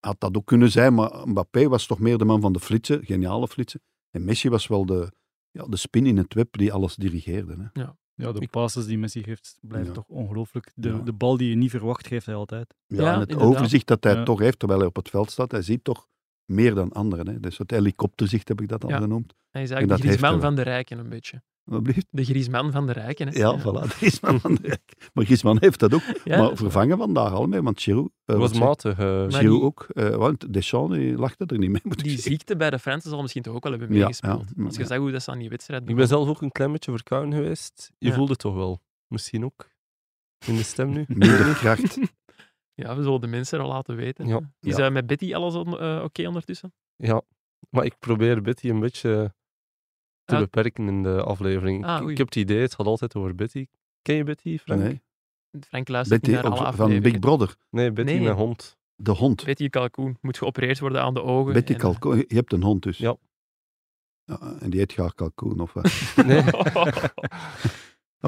[SPEAKER 4] had dat ook kunnen zijn, maar Mbappé was toch meer de man van de flitsen, geniale flitsen. En Messi was wel de, ja, de spin in het web die alles dirigeerde. Hè?
[SPEAKER 6] Ja, de
[SPEAKER 5] Ik-
[SPEAKER 6] passes die Messi geeft, blijft
[SPEAKER 4] Ja.
[SPEAKER 6] toch ongelooflijk. De,
[SPEAKER 4] Ja.
[SPEAKER 6] de bal die je niet verwacht, geeft hij altijd.
[SPEAKER 4] Ja,
[SPEAKER 1] Ja,
[SPEAKER 4] en het
[SPEAKER 1] inderdaad.
[SPEAKER 4] overzicht dat hij
[SPEAKER 6] Ja.
[SPEAKER 4] toch heeft terwijl hij op het veld staat, hij ziet toch meer dan anderen. Hè? Dus het helikopterzicht heb ik dat al
[SPEAKER 1] Ja.
[SPEAKER 4] genoemd.
[SPEAKER 1] Hij is
[SPEAKER 4] En dat
[SPEAKER 1] eigenlijk de
[SPEAKER 4] heeft hij
[SPEAKER 1] Griezmann
[SPEAKER 4] wel.
[SPEAKER 1] van de rijken een beetje. [LAUGHS]
[SPEAKER 4] Wat blieft?
[SPEAKER 1] De Griezmann van de rijken. Hè?
[SPEAKER 4] Ja, voilà, [LAUGHS] Griezmann van de Rijk. Maar Griezmann heeft dat ook.
[SPEAKER 1] Ja, dat
[SPEAKER 4] maar
[SPEAKER 1] is
[SPEAKER 4] vervangen vandaag al mee, want Giroud... eh,
[SPEAKER 5] Het was
[SPEAKER 4] wat zei-
[SPEAKER 5] matig. eh,
[SPEAKER 1] Maar
[SPEAKER 4] Giroud
[SPEAKER 1] die-
[SPEAKER 4] ook. eh, want Deschamps die lachte er niet mee, [LAUGHS] moet ik
[SPEAKER 1] Die
[SPEAKER 4] zeggen.
[SPEAKER 1] ziekte bij de Fransen zal misschien toch ook wel hebben
[SPEAKER 4] Ja,
[SPEAKER 1] meegespeeld.
[SPEAKER 4] ja,
[SPEAKER 1] Als je
[SPEAKER 4] ja.
[SPEAKER 1] zag hoe dat ze aan die wedstrijd
[SPEAKER 5] ik ben
[SPEAKER 1] begonnen.
[SPEAKER 5] zelf ook een klein beetje verkouden geweest. Je
[SPEAKER 1] Ja.
[SPEAKER 5] voelde het toch wel. Misschien ook. In de stem
[SPEAKER 1] [LAUGHS]
[SPEAKER 5] nu.
[SPEAKER 4] Minder kracht.
[SPEAKER 1] Ja, we zullen de mensen al laten weten.
[SPEAKER 5] Ja.
[SPEAKER 1] Is
[SPEAKER 4] Ja.
[SPEAKER 1] eh, met Betty alles on- eh, oké ondertussen?
[SPEAKER 5] Ja, maar ik probeer Betty een beetje te
[SPEAKER 1] Ah.
[SPEAKER 5] beperken in de aflevering.
[SPEAKER 1] Ah,
[SPEAKER 5] ik,
[SPEAKER 1] oei.
[SPEAKER 5] ik heb het idee, het gaat altijd over Betty. Ken je Betty, Frank?
[SPEAKER 4] Nee.
[SPEAKER 1] Frank luistert
[SPEAKER 4] Betty,
[SPEAKER 1] niet naar alle
[SPEAKER 4] ook van Big
[SPEAKER 1] afleveringen.
[SPEAKER 4] Brother,
[SPEAKER 5] Nee, Betty,
[SPEAKER 1] Nee.
[SPEAKER 5] mijn
[SPEAKER 1] [LAUGHS]
[SPEAKER 5] hond.
[SPEAKER 4] de hond.
[SPEAKER 1] Betty Kalkoen moet geopereerd worden aan de ogen.
[SPEAKER 4] Betty
[SPEAKER 1] en-
[SPEAKER 4] Kalkoen, je hebt een hond dus.
[SPEAKER 5] Ja.
[SPEAKER 4] Ja, en die heet graag kalkoen
[SPEAKER 5] [LAUGHS]
[SPEAKER 4] of wat? Oké,
[SPEAKER 5] Nee.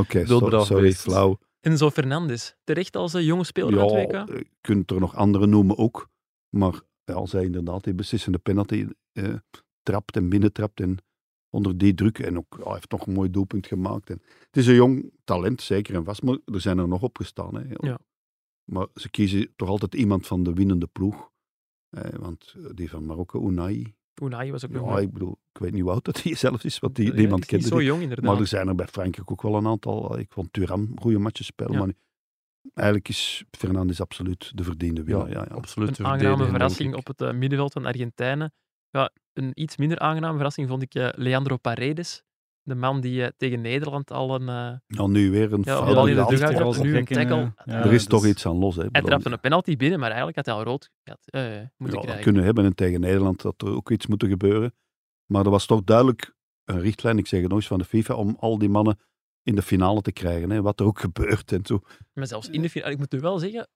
[SPEAKER 4] so-
[SPEAKER 5] Wilbraaf
[SPEAKER 4] sorry,
[SPEAKER 5] beest.
[SPEAKER 4] flauw.
[SPEAKER 1] [LAUGHS] Enzo Fernandes, terecht als een jonge speler van het
[SPEAKER 4] Ja, eh,
[SPEAKER 1] WK.
[SPEAKER 4] je kunt er nog anderen noemen ook. Maar ja, als hij inderdaad die beslissende penalty eh, trapt en binnentrapt en onder die druk. En ook, ja, hij heeft nog een mooi doelpunt gemaakt. En het is een jong talent, zeker en vast. Maar er zijn er nog opgestaan. Hè.
[SPEAKER 1] Ja.
[SPEAKER 4] Maar ze kiezen toch altijd iemand van de winnende ploeg. Eh, want eh, die van Marokko, Unai.
[SPEAKER 1] Oenai was ook nog
[SPEAKER 4] Ja, ik bedoel, ik weet niet hoe oud dat hij zelf is, want die,
[SPEAKER 1] Ja,
[SPEAKER 4] die
[SPEAKER 1] is
[SPEAKER 4] man
[SPEAKER 1] niet
[SPEAKER 4] kende
[SPEAKER 1] zo
[SPEAKER 4] die.
[SPEAKER 1] jong inderdaad.
[SPEAKER 4] Maar dus er zijn er bij Frankrijk ook wel een aantal. Ik vond Turam goede matches spelen.
[SPEAKER 1] Ja.
[SPEAKER 4] Maar nu- eigenlijk is Fernandes absoluut de verdiende
[SPEAKER 5] Ja,
[SPEAKER 4] winnaar. Ja, ja.
[SPEAKER 5] absoluut. te
[SPEAKER 1] een aangename
[SPEAKER 5] verdedigen,
[SPEAKER 1] verrassing
[SPEAKER 5] denk
[SPEAKER 1] op
[SPEAKER 5] ik.
[SPEAKER 1] het eh, middenveld van Argentijnen. Ja, een iets minder aangename verrassing vond ik eh, Leandro Paredes. De man die eh, tegen Nederland al een... eh,
[SPEAKER 4] Nou, nu weer een
[SPEAKER 1] Ja,
[SPEAKER 4] fout.
[SPEAKER 1] bal in de
[SPEAKER 4] Ja,
[SPEAKER 1] dugout.
[SPEAKER 4] er
[SPEAKER 1] trapt
[SPEAKER 6] Vooral
[SPEAKER 1] nu een
[SPEAKER 6] gekken,
[SPEAKER 1] tackle.
[SPEAKER 6] eh, ja,
[SPEAKER 4] is
[SPEAKER 6] dus-
[SPEAKER 4] toch iets aan los. Hè.
[SPEAKER 1] hij
[SPEAKER 4] bedoel,
[SPEAKER 1] trapte een penalty binnen, maar eigenlijk had hij al rood gehad, eh, moeten
[SPEAKER 4] ja, dat
[SPEAKER 1] krijgen.
[SPEAKER 4] kunnen hebben. En tegen Nederland had er ook iets moeten gebeuren. Maar er was toch duidelijk een richtlijn, ik zeg het nog eens, van de FIFA om al die mannen in de finale te krijgen. Hè. Wat er ook [LAUGHS] gebeurt en zo.
[SPEAKER 1] Maar zelfs in de finale, ik moet u wel zeggen,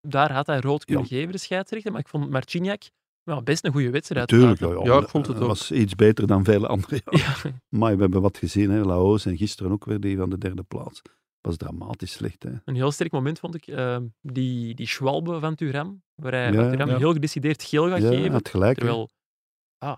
[SPEAKER 1] daar had hij rood kunnen
[SPEAKER 4] Ja.
[SPEAKER 1] geven, de scheidsrechter. Maar ik vond Marciniak wel best een goede wedstrijd.
[SPEAKER 4] Natuurlijk. Ja,
[SPEAKER 1] buiten.
[SPEAKER 5] Ja, ik vond het
[SPEAKER 4] dat
[SPEAKER 5] ook.
[SPEAKER 4] was iets beter dan vele andere jaren.
[SPEAKER 1] Ja,
[SPEAKER 4] Maar we hebben wat gezien, hè. Laos en gisteren ook weer die van de derde plaats. was dramatisch slecht, hè.
[SPEAKER 1] een heel sterk moment vond ik eh, die, die Schwalbe van Turam, waar hij
[SPEAKER 4] Ja,
[SPEAKER 1] waar Thuram
[SPEAKER 6] ja.
[SPEAKER 1] heel gedecideerd geel gaat
[SPEAKER 4] ja, hij
[SPEAKER 1] geven.
[SPEAKER 4] had gelijk. hè.
[SPEAKER 1] Terwijl, ah,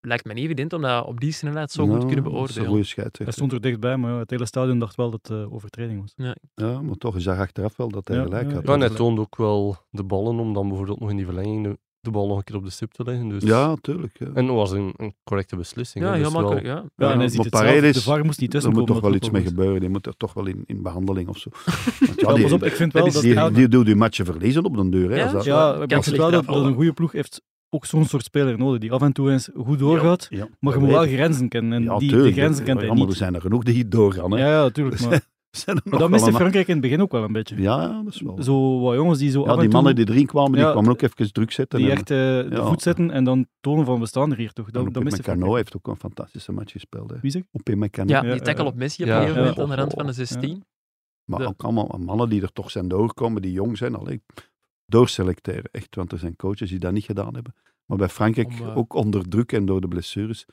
[SPEAKER 1] lijkt me niet evident om dat op die snelheid zo goed
[SPEAKER 4] Nou,
[SPEAKER 1] te kunnen
[SPEAKER 4] dat is een
[SPEAKER 1] beoordelen.
[SPEAKER 4] goede scheidsrechter.
[SPEAKER 6] Hij stond er dichtbij, maar ja, het hele stadion dacht wel dat het eh, overtreding was.
[SPEAKER 4] Ja, maar toch, je zag achteraf wel dat hij
[SPEAKER 6] Ja,
[SPEAKER 4] gelijk
[SPEAKER 6] ja,
[SPEAKER 4] had.
[SPEAKER 5] Ja, en hij toonde ook wel de ballen om dan bijvoorbeeld nog in die verlenging de, de bal nog een keer op de stip te leggen. Dus...
[SPEAKER 4] Ja, tuurlijk. Ja.
[SPEAKER 5] En dat was een, een correcte beslissing.
[SPEAKER 1] Ja,
[SPEAKER 5] hè, dus
[SPEAKER 1] helemaal
[SPEAKER 5] wel-
[SPEAKER 1] correct, ja.
[SPEAKER 6] Ja, en hij ziet
[SPEAKER 4] maar
[SPEAKER 6] het zelf,
[SPEAKER 4] Paredes,
[SPEAKER 6] de VAR moest niet
[SPEAKER 4] er moet
[SPEAKER 6] tussenkomen.
[SPEAKER 4] toch
[SPEAKER 6] dat
[SPEAKER 4] wel
[SPEAKER 6] klopt
[SPEAKER 4] iets
[SPEAKER 6] wel
[SPEAKER 4] mee
[SPEAKER 6] goed.
[SPEAKER 4] gebeuren. Die moet er toch wel in, in behandeling of zo. Want ja,
[SPEAKER 6] Ja,
[SPEAKER 4] die,
[SPEAKER 6] pas op, ik vind wel
[SPEAKER 1] dat
[SPEAKER 6] dat...
[SPEAKER 1] is
[SPEAKER 4] die,
[SPEAKER 6] ja,
[SPEAKER 4] die doet die matchen verliezen op den deur. Hè,
[SPEAKER 1] Ja,
[SPEAKER 4] als dat-
[SPEAKER 6] ja, maar ik
[SPEAKER 1] Kansen
[SPEAKER 6] vind wel dat,
[SPEAKER 1] ligt
[SPEAKER 6] dat een goede ploeg heeft ook zo'n soort speler nodig, die af en toe eens goed doorgaat,
[SPEAKER 4] Ja,
[SPEAKER 6] maar je
[SPEAKER 4] dat
[SPEAKER 6] moet wel
[SPEAKER 4] weet ik.
[SPEAKER 6] grenzen kennen. En
[SPEAKER 4] Ja,
[SPEAKER 6] die, die
[SPEAKER 4] tuurlijk,
[SPEAKER 6] grenzen kent
[SPEAKER 4] ja,
[SPEAKER 6] hij
[SPEAKER 4] maar er
[SPEAKER 6] niet.
[SPEAKER 4] zijn er genoeg die doorgaan. Hè.
[SPEAKER 6] Ja, ja, natuurlijk. Maar,
[SPEAKER 4] Zijn [LAUGHS] er
[SPEAKER 6] maar dat
[SPEAKER 4] nog wel
[SPEAKER 6] miste
[SPEAKER 4] een-
[SPEAKER 6] Frankrijk in het begin ook wel een beetje.
[SPEAKER 4] Ja, dat is wel.
[SPEAKER 6] Zo wat jongens die zo
[SPEAKER 4] Ja,
[SPEAKER 6] af
[SPEAKER 4] die
[SPEAKER 6] en
[SPEAKER 4] mannen
[SPEAKER 6] toe...
[SPEAKER 4] die erin kwamen, die
[SPEAKER 6] Ja,
[SPEAKER 4] kwamen ook even druk zetten.
[SPEAKER 6] die
[SPEAKER 4] en-
[SPEAKER 6] echt eh, de
[SPEAKER 4] Ja.
[SPEAKER 6] voet zetten en dan tonen van we staan er hier toch.
[SPEAKER 4] en
[SPEAKER 6] Dat, dat miste
[SPEAKER 4] Upamecano
[SPEAKER 6] Frankrijk.
[SPEAKER 4] heeft ook een fantastische match gespeeld. Hè.
[SPEAKER 6] Wie zeg?
[SPEAKER 4] Upamecano.
[SPEAKER 1] Ja,
[SPEAKER 6] Ja,
[SPEAKER 1] die tackle
[SPEAKER 6] ja.
[SPEAKER 1] op Messi op
[SPEAKER 5] Ja.
[SPEAKER 1] een gegeven moment
[SPEAKER 4] Ja.
[SPEAKER 1] aan de rand van de 16.
[SPEAKER 4] Maar
[SPEAKER 1] De-
[SPEAKER 4] ook allemaal mannen die er toch zijn doorgekomen, die jong zijn. Allee, doorselecteren, echt. Want er zijn coaches die dat niet gedaan hebben. Maar bij Frankrijk,
[SPEAKER 1] Om, eh,
[SPEAKER 4] ook onder druk en door de blessures,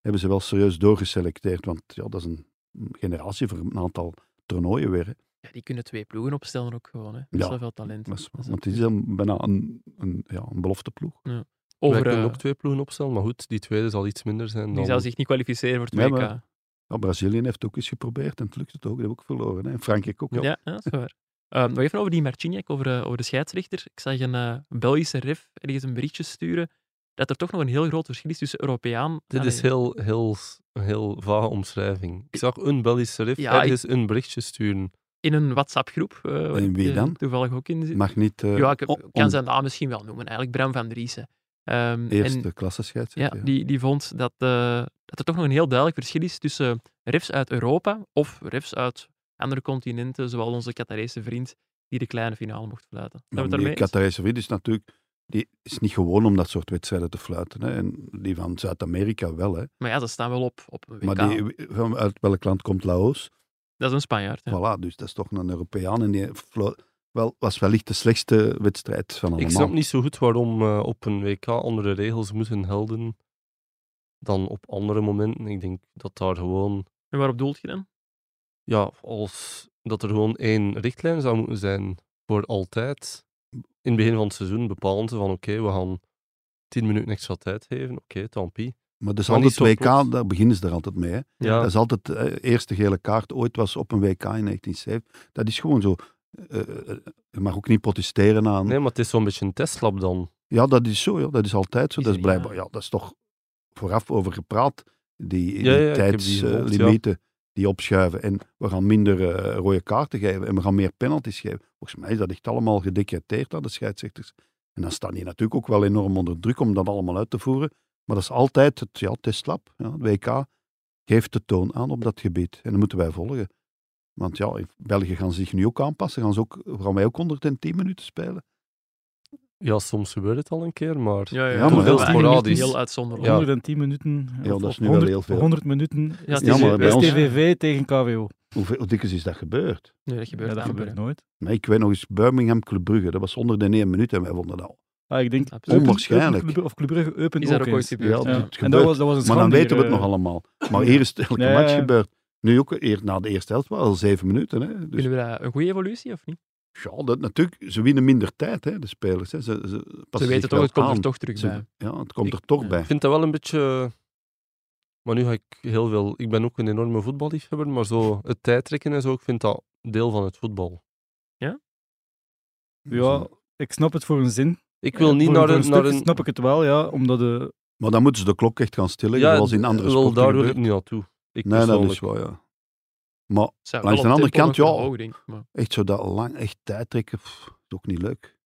[SPEAKER 4] hebben ze wel serieus doorgeselecteerd. Want ja, dat is een generatiever een aantal toernooien weer. hè.
[SPEAKER 1] Ja. Ja, die kunnen twee ploegen opstellen ook gewoon. Hè.
[SPEAKER 4] Ja,
[SPEAKER 1] Zoveel talent.
[SPEAKER 4] Dat is,
[SPEAKER 1] Dat is
[SPEAKER 4] want het is dan bijna een, een, ja, een belofteploeg.
[SPEAKER 5] Wij
[SPEAKER 1] Over,
[SPEAKER 5] kunnen
[SPEAKER 1] eh,
[SPEAKER 5] ook twee ploegen opstellen, maar goed, die tweede zal iets minder zijn
[SPEAKER 1] die
[SPEAKER 5] dan...
[SPEAKER 1] zou zich niet kwalificeren voor het
[SPEAKER 4] Nee,
[SPEAKER 1] 2K.
[SPEAKER 4] maar- Ja, Brazilië heeft ook eens geprobeerd en het lukt het ook. Die hebben ook verloren. Hè. En Frankrijk ook. Ja.
[SPEAKER 1] Ja, ja, dat is waar. Ehm, nog even over die Marciniak, over, eh, over de scheidsrechter. Ik zag een eh, Belgische ref ergens een berichtje sturen dat er toch nog een heel groot verschil is tussen Europeaan...
[SPEAKER 5] Dit is
[SPEAKER 1] Allee,
[SPEAKER 5] heel, heel, heel vage omschrijving. Ik zag een Belgische ref
[SPEAKER 1] Ja, ik-
[SPEAKER 5] ergens een berichtje sturen.
[SPEAKER 1] In een WhatsApp-groep. eh, waar
[SPEAKER 4] En
[SPEAKER 1] ik,
[SPEAKER 4] wie
[SPEAKER 1] eh,
[SPEAKER 4] dan?
[SPEAKER 1] Toevallig ook in zit.
[SPEAKER 4] Mag niet eh
[SPEAKER 1] ja, ik
[SPEAKER 4] on-
[SPEAKER 1] kan
[SPEAKER 4] on-
[SPEAKER 1] zijn naam misschien wel noemen. Eigenlijk Bram van Driessen. Ehm,
[SPEAKER 4] eerste
[SPEAKER 1] en-
[SPEAKER 4] klasse
[SPEAKER 1] Ja,
[SPEAKER 4] scheidsrechter. Ja,
[SPEAKER 1] die, die vond dat, eh, dat er toch nog een heel duidelijk verschil is tussen refs uit Europa of refs uit andere continenten, zoals onze Catarese vriend, die de kleine finale mocht fluiten. Zijn we het
[SPEAKER 4] Maar
[SPEAKER 1] daarmee
[SPEAKER 4] die
[SPEAKER 1] eens?
[SPEAKER 4] Catarese Wit is natuurlijk die is niet gewoon om dat soort wedstrijden te fluiten. Hè. En die van Zuid-Amerika wel. Hè.
[SPEAKER 1] Maar ja, ze staan wel op, op een WK.
[SPEAKER 4] Maar die, van, uit welk land komt Laos?
[SPEAKER 1] Dat is een Spanjaard. Ja.
[SPEAKER 4] Voilà, dus dat is toch een Europeaan. En die flo- wel, was wellicht de slechtste wedstrijd van allemaal.
[SPEAKER 5] Ik snap niet zo goed waarom eh, op een WK andere regels moeten helden dan op andere momenten. Ik denk dat daar gewoon...
[SPEAKER 1] En waarop doelt je dan?
[SPEAKER 5] Ja, als dat er gewoon één richtlijn zou moeten zijn voor altijd. In het begin van het seizoen bepalen ze van oké, we gaan tien minuten extra tijd geven. Oké, tant pis.
[SPEAKER 4] Maar dat is
[SPEAKER 5] Maar
[SPEAKER 4] altijd
[SPEAKER 5] niet zo plots.
[SPEAKER 4] WK, daar beginnen ze er altijd mee. Hè.
[SPEAKER 5] Ja,
[SPEAKER 4] Dat is altijd de eerste gele kaart ooit was op een WK in 1970. Dat is gewoon zo. Eh, eh, je mag ook niet protesteren aan.
[SPEAKER 5] nee, maar het is zo'n beetje een testlab dan.
[SPEAKER 4] Ja, dat is zo. Ja. Dat is altijd zo.
[SPEAKER 1] Is
[SPEAKER 4] Dat
[SPEAKER 1] er,
[SPEAKER 4] is blijkbaar. Ja, dat is toch vooraf over gepraat. Die,
[SPEAKER 5] ja, ik heb die gehoord, ja.
[SPEAKER 4] tijdslimieten die opschuiven. En we gaan minder eh, rode kaarten geven. En we gaan meer penalties geven. Volgens mij is dat echt allemaal gedecreteerd aan de scheidsrechters. En dan staan die natuurlijk ook wel enorm onder druk om dat allemaal uit te voeren. Maar dat is altijd het ja, testlab. Ja, het WK geeft de toon aan op dat gebied. En dat moeten wij volgen. Want ja, in België gaan ze zich nu ook aanpassen. Gaan, ze ook, gaan wij ook 110 minuten spelen?
[SPEAKER 5] Ja, soms gebeurt het al een keer, maar...
[SPEAKER 1] Ja,
[SPEAKER 4] ja, maar heel
[SPEAKER 1] heel
[SPEAKER 5] sporadisch.
[SPEAKER 1] Heel uitzonderlijk.
[SPEAKER 5] Ja.
[SPEAKER 6] 110 minuten.
[SPEAKER 4] Ja,
[SPEAKER 6] of-
[SPEAKER 4] dat
[SPEAKER 6] of
[SPEAKER 4] is nu wel
[SPEAKER 6] 100
[SPEAKER 4] heel veel.
[SPEAKER 6] 100 minuten
[SPEAKER 1] Ja, het
[SPEAKER 4] is jammer, bij ons-
[SPEAKER 6] STVV tegen KWO.
[SPEAKER 4] Hoeveel, hoe dikwijls is dat gebeurd?
[SPEAKER 1] Nee, dat gebeurt
[SPEAKER 6] Ja, dat
[SPEAKER 1] amper,
[SPEAKER 6] gebeurt
[SPEAKER 1] hè.
[SPEAKER 6] nooit.
[SPEAKER 4] Maar ik weet nog eens Birmingham Club Brugge. Dat was onder de 1 minuut en wij vonden dat.
[SPEAKER 6] Ah, ik denk
[SPEAKER 1] Absoluut.
[SPEAKER 6] Eupen-
[SPEAKER 4] Onwaarschijnlijk.
[SPEAKER 6] Eupen Club- of Club Brugge Eupen
[SPEAKER 1] Is dat
[SPEAKER 6] ook
[SPEAKER 1] ook ooit
[SPEAKER 6] eens.
[SPEAKER 1] gebeurd?
[SPEAKER 4] Ja,
[SPEAKER 6] Ja.
[SPEAKER 4] het
[SPEAKER 6] En dat
[SPEAKER 4] gebeurt.
[SPEAKER 6] was, dat was een
[SPEAKER 4] Maar
[SPEAKER 6] schande
[SPEAKER 4] dan weten we
[SPEAKER 6] hier,
[SPEAKER 4] het
[SPEAKER 6] eh,
[SPEAKER 4] nog allemaal. Maar hier is het elke
[SPEAKER 6] Ja,
[SPEAKER 4] match
[SPEAKER 6] ja.
[SPEAKER 4] gebeurd. Nu ook eer- na de eerste helft wel zeven minuten. Hè. Dus,
[SPEAKER 1] Vinden we dat een goede evolutie of niet?
[SPEAKER 4] ja, dat, natuurlijk, ze winnen minder tijd, hè, de spelers. Hè. Ze, ze, passen
[SPEAKER 1] Ze
[SPEAKER 4] zich
[SPEAKER 1] weten toch,
[SPEAKER 4] wel
[SPEAKER 1] het komt
[SPEAKER 4] aan.
[SPEAKER 1] er toch terug
[SPEAKER 4] Ze-
[SPEAKER 1] bij.
[SPEAKER 4] Ja, het komt
[SPEAKER 1] Ik-
[SPEAKER 4] er toch
[SPEAKER 1] ja.
[SPEAKER 4] bij.
[SPEAKER 5] Ik vind dat wel een beetje. Maar nu ga ik heel veel. Ik ben ook een enorme voetballiefhebber, maar zo het tijdrekken en zo, ik vind dat deel van het voetbal.
[SPEAKER 6] Ja, ik snap het voor een zin.
[SPEAKER 5] Ik wil niet
[SPEAKER 6] Voor-
[SPEAKER 5] naar
[SPEAKER 6] voor
[SPEAKER 5] een. Naar
[SPEAKER 6] stuk
[SPEAKER 5] een
[SPEAKER 6] Snap ik het wel, ja. Omdat de...
[SPEAKER 4] Maar dan moeten ze de klok echt gaan stilleggen, zoals in andere
[SPEAKER 5] wel,
[SPEAKER 4] sporten
[SPEAKER 5] daar wil ik
[SPEAKER 4] gebeurt.
[SPEAKER 5] niet naartoe. Ik
[SPEAKER 4] Nee, dat
[SPEAKER 5] persoonlijk.
[SPEAKER 4] is wel, ja. Maar
[SPEAKER 1] Het zou
[SPEAKER 4] Langs
[SPEAKER 1] wel
[SPEAKER 4] de
[SPEAKER 1] op
[SPEAKER 4] andere
[SPEAKER 1] tempo
[SPEAKER 4] kant,
[SPEAKER 1] nog wel
[SPEAKER 4] ja.
[SPEAKER 1] hoog, denk ik, maar-
[SPEAKER 4] echt zo dat lang echt tijd trekken, pff, is ook niet leuk.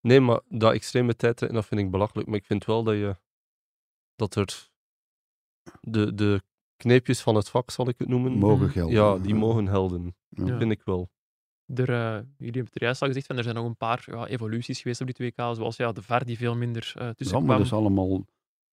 [SPEAKER 5] Nee, maar dat extreme tijdrekken, dat vind ik belachelijk. Maar ik vind wel dat je. Dat er. De, de kneepjes van het vak, zal ik het noemen.
[SPEAKER 4] Mogen gelden.
[SPEAKER 5] Mm, Ja, die mogen helden.
[SPEAKER 4] Ja.
[SPEAKER 5] Vind ik wel.
[SPEAKER 1] Er, eh, jullie hebben het er juist al gezegd, van, er zijn nog een paar ja, evoluties geweest op die 2K, zoals ja, de VAR die veel minder eh
[SPEAKER 4] Dus
[SPEAKER 1] tussen kwam.
[SPEAKER 4] dat is allemaal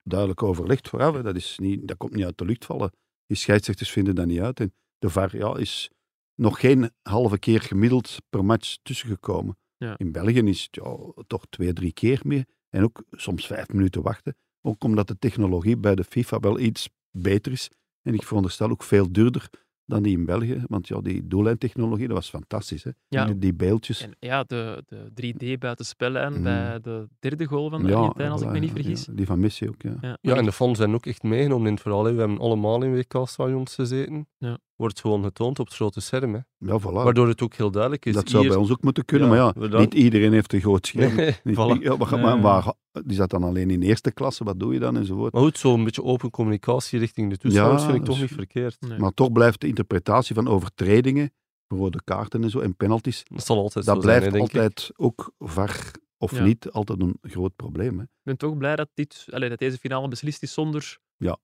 [SPEAKER 4] duidelijk overlegd vooraf. hè. Dat, is niet, dat komt niet uit de lucht vallen. Die scheidsrechters vinden dat niet uit. En de VAR ja, is nog geen halve keer gemiddeld per match tussengekomen.
[SPEAKER 1] Ja.
[SPEAKER 4] In België is het ja, toch twee, drie keer meer. En ook soms vijf minuten wachten. Ook omdat de technologie bij de FIFA wel iets beter is. En ik veronderstel ook veel duurder dan die in België. Want ja, die doellijntechnologie, dat was fantastisch. Hè?
[SPEAKER 1] Ja.
[SPEAKER 4] Die, die beeltjes.
[SPEAKER 1] En ja, de, de 3D buitenspellen
[SPEAKER 4] Mm.
[SPEAKER 1] bij de derde goal van de
[SPEAKER 4] Ja,
[SPEAKER 1] Argentijn, als ik me
[SPEAKER 4] voilà,
[SPEAKER 1] niet
[SPEAKER 4] ja,
[SPEAKER 1] vergis.
[SPEAKER 4] ja. die van Messi ook, ja.
[SPEAKER 1] Ja.
[SPEAKER 5] Ja,
[SPEAKER 1] En
[SPEAKER 5] en
[SPEAKER 1] ik-
[SPEAKER 5] de fans zijn ook echt meegenomen in het verhaal. hè. We hebben allemaal in WK-stadions gezeten.
[SPEAKER 1] Ja. Wordt
[SPEAKER 5] Wordt gewoon getoond op het grote scherm. Hè.
[SPEAKER 4] Ja, voilà.
[SPEAKER 5] Waardoor het ook heel duidelijk is.
[SPEAKER 4] dat zou
[SPEAKER 5] hier-
[SPEAKER 4] bij
[SPEAKER 5] [LAUGHS]
[SPEAKER 4] ons ook moeten kunnen,
[SPEAKER 5] Ja,
[SPEAKER 4] maar ja,
[SPEAKER 5] bedankt.
[SPEAKER 4] niet iedereen heeft een groot
[SPEAKER 5] [LAUGHS]
[SPEAKER 4] scherm.
[SPEAKER 5] Nee,
[SPEAKER 4] Niet-
[SPEAKER 5] voilà.
[SPEAKER 4] ja, maar,
[SPEAKER 6] Nee.
[SPEAKER 4] maar waar, die zat dan alleen in eerste klasse, wat doe je dan enzovoort.
[SPEAKER 5] Maar goed, zo'n beetje open communicatie richting de toeschouwers
[SPEAKER 4] Ja,
[SPEAKER 5] vind ik
[SPEAKER 4] dat
[SPEAKER 5] toch
[SPEAKER 4] is-
[SPEAKER 5] niet verkeerd.
[SPEAKER 1] nee.
[SPEAKER 4] Maar toch blijft de interpretatie van overtredingen, rode kaarten en zo, en penalties,
[SPEAKER 5] Dat zal altijd
[SPEAKER 4] dat
[SPEAKER 5] zo
[SPEAKER 4] blijft
[SPEAKER 5] zijn, hè, denk ik.
[SPEAKER 4] altijd ook var of
[SPEAKER 1] Ja.
[SPEAKER 4] niet altijd een groot probleem. Hè.
[SPEAKER 1] Ik ben toch blij dat, dit, allee, dat deze finale beslist is zonder
[SPEAKER 4] Ja.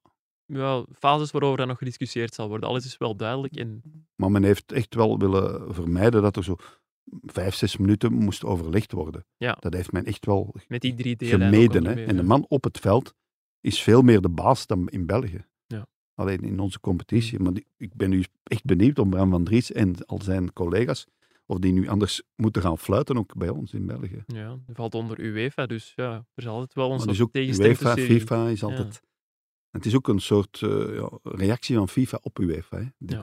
[SPEAKER 1] Ja, fases waarover dan nog gediscussieerd zal worden. Alles is wel duidelijk. En
[SPEAKER 4] Maar men heeft echt wel willen vermijden dat er zo vijf, zes minuten moest overlegd worden.
[SPEAKER 1] Ja.
[SPEAKER 4] Dat heeft men echt wel
[SPEAKER 1] met die 3D-lijn.
[SPEAKER 4] gemeden. Hè. En de man op het veld is veel meer de baas dan in België.
[SPEAKER 1] Ja.
[SPEAKER 4] Alleen in onze competitie. Maar die- ik ben nu echt benieuwd om Bram van Dries en al zijn collega's, of die nu anders moeten gaan fluiten, ook bij ons in België.
[SPEAKER 1] Ja, die valt onder UEFA, dus ja, er is altijd wel
[SPEAKER 4] Maar
[SPEAKER 1] onze
[SPEAKER 4] dus ook
[SPEAKER 1] tegenstelling
[SPEAKER 4] UEFA,
[SPEAKER 1] tussen die-
[SPEAKER 4] FIFA is altijd... Het is ook een soort eh, ja, reactie van FIFA op UEFA. Hè, dit.
[SPEAKER 1] Ja.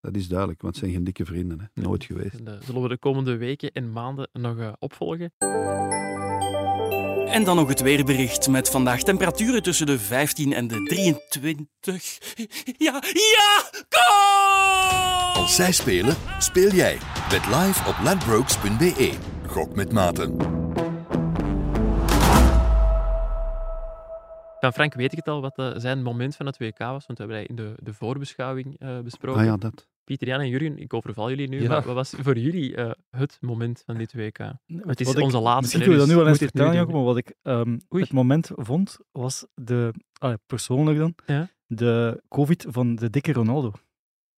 [SPEAKER 4] Dat is duidelijk, want het zijn geen dikke vrienden. Hè. Nooit geweest.
[SPEAKER 1] En, eh, zullen we de komende weken en maanden nog eh, opvolgen.
[SPEAKER 7] En dan nog het weerbericht met vandaag temperaturen tussen de 15 en de 23. Ja, ja, goal!
[SPEAKER 8] Als zij spelen, speel jij. Bet live op ladbrokes.be. E. Gok met maten.
[SPEAKER 1] Van Frank weet ik het al, wat eh, zijn moment van het WK was, want we hebben dat in de, de voorbeschouwing eh, besproken.
[SPEAKER 4] Ah ja, dat.
[SPEAKER 1] Pieter, Jan en Jurgen, ik overval jullie nu,
[SPEAKER 5] Ja.
[SPEAKER 1] maar wat was voor jullie eh, het moment van dit WK? Het is
[SPEAKER 6] Wat ik-
[SPEAKER 1] onze laatste.
[SPEAKER 6] Misschien
[SPEAKER 1] hè,
[SPEAKER 6] kunnen we dat
[SPEAKER 1] dus
[SPEAKER 6] nu wel
[SPEAKER 1] moet het
[SPEAKER 6] eens
[SPEAKER 1] nu
[SPEAKER 6] vertellen, Jacob,
[SPEAKER 1] doen.
[SPEAKER 6] maar wat ik ehm,
[SPEAKER 1] Oei.
[SPEAKER 6] het moment vond, was de, ah, ja, persoonlijk dan,
[SPEAKER 1] Ja.
[SPEAKER 6] de COVID van de dikke Ronaldo.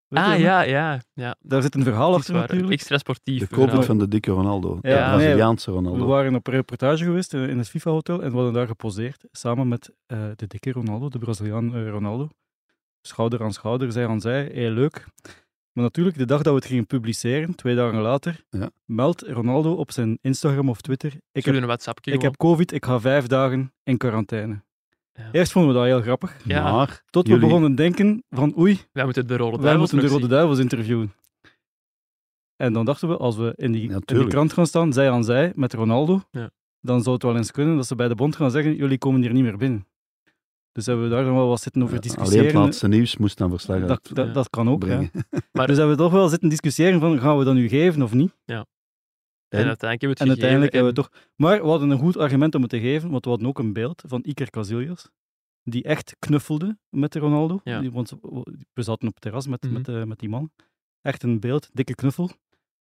[SPEAKER 6] Weet je
[SPEAKER 1] Ah
[SPEAKER 6] dat nog?
[SPEAKER 1] ja, ja, ja.
[SPEAKER 6] Daar zit een verhaal
[SPEAKER 1] Het is
[SPEAKER 6] achter
[SPEAKER 1] waar.
[SPEAKER 6] natuurlijk.
[SPEAKER 1] Extra sportief.
[SPEAKER 4] De
[SPEAKER 1] verhaal.
[SPEAKER 4] koper van de dikke Ronaldo. De
[SPEAKER 6] Ja, nee,
[SPEAKER 4] Braziliaanse
[SPEAKER 6] We
[SPEAKER 4] Ronaldo.
[SPEAKER 6] waren op een reportage geweest eh, in het FIFA-hotel en we hadden daar geposeerd samen met eh, de dikke Ronaldo, de Braziliaan eh, Ronaldo. Schouder aan schouder, zij aan zij, heel leuk. Maar natuurlijk, de dag dat we het gingen publiceren, twee dagen later,
[SPEAKER 4] Ja.
[SPEAKER 6] meldt Ronaldo op zijn Instagram of Twitter: Ik
[SPEAKER 1] Stuur
[SPEAKER 6] heb
[SPEAKER 1] een WhatsApp.
[SPEAKER 6] Ik heb COVID, ik ga vijf dagen in quarantaine.
[SPEAKER 1] Ja.
[SPEAKER 6] Eerst vonden we dat heel grappig,
[SPEAKER 1] Ja.
[SPEAKER 4] Maar
[SPEAKER 6] tot we
[SPEAKER 4] Jullie-
[SPEAKER 6] begonnen denken van oei,
[SPEAKER 1] Wij moeten de rode
[SPEAKER 6] wij
[SPEAKER 1] duivels
[SPEAKER 6] moeten de
[SPEAKER 1] nog
[SPEAKER 6] Rode
[SPEAKER 1] zien.
[SPEAKER 6] Duivels interviewen. En dan dachten we, als we in die, in die
[SPEAKER 4] tuurlijk.
[SPEAKER 6] krant gaan staan, zij aan zij, met Ronaldo,
[SPEAKER 1] Ja.
[SPEAKER 6] dan zou het wel eens kunnen dat ze bij de bond gaan zeggen, jullie komen hier niet meer binnen. Dus hebben we daar dan wel wat zitten over
[SPEAKER 4] alleen het
[SPEAKER 6] discussiëren.
[SPEAKER 4] laatste nieuws moest dan verslag
[SPEAKER 6] dat, dat,
[SPEAKER 1] Ja.
[SPEAKER 6] dat kan ook, ja.
[SPEAKER 4] uitbrengen.
[SPEAKER 1] Maar-
[SPEAKER 6] Dus hebben we toch wel zitten discussiëren van, gaan we dat nu geven of niet?
[SPEAKER 1] En uiteindelijk hebben we het
[SPEAKER 6] En uiteindelijk
[SPEAKER 1] gegeven
[SPEAKER 6] hebben we toch. Maar we hadden een goed argument om het te geven, want we hadden ook een beeld van Iker Casillas, die echt knuffelde met de Ronaldo.
[SPEAKER 1] Ja.
[SPEAKER 6] Die- Want we- we zaten op het terras met,
[SPEAKER 1] Mhm.
[SPEAKER 6] met, eh, met die man. Echt een beeld, dikke knuffel.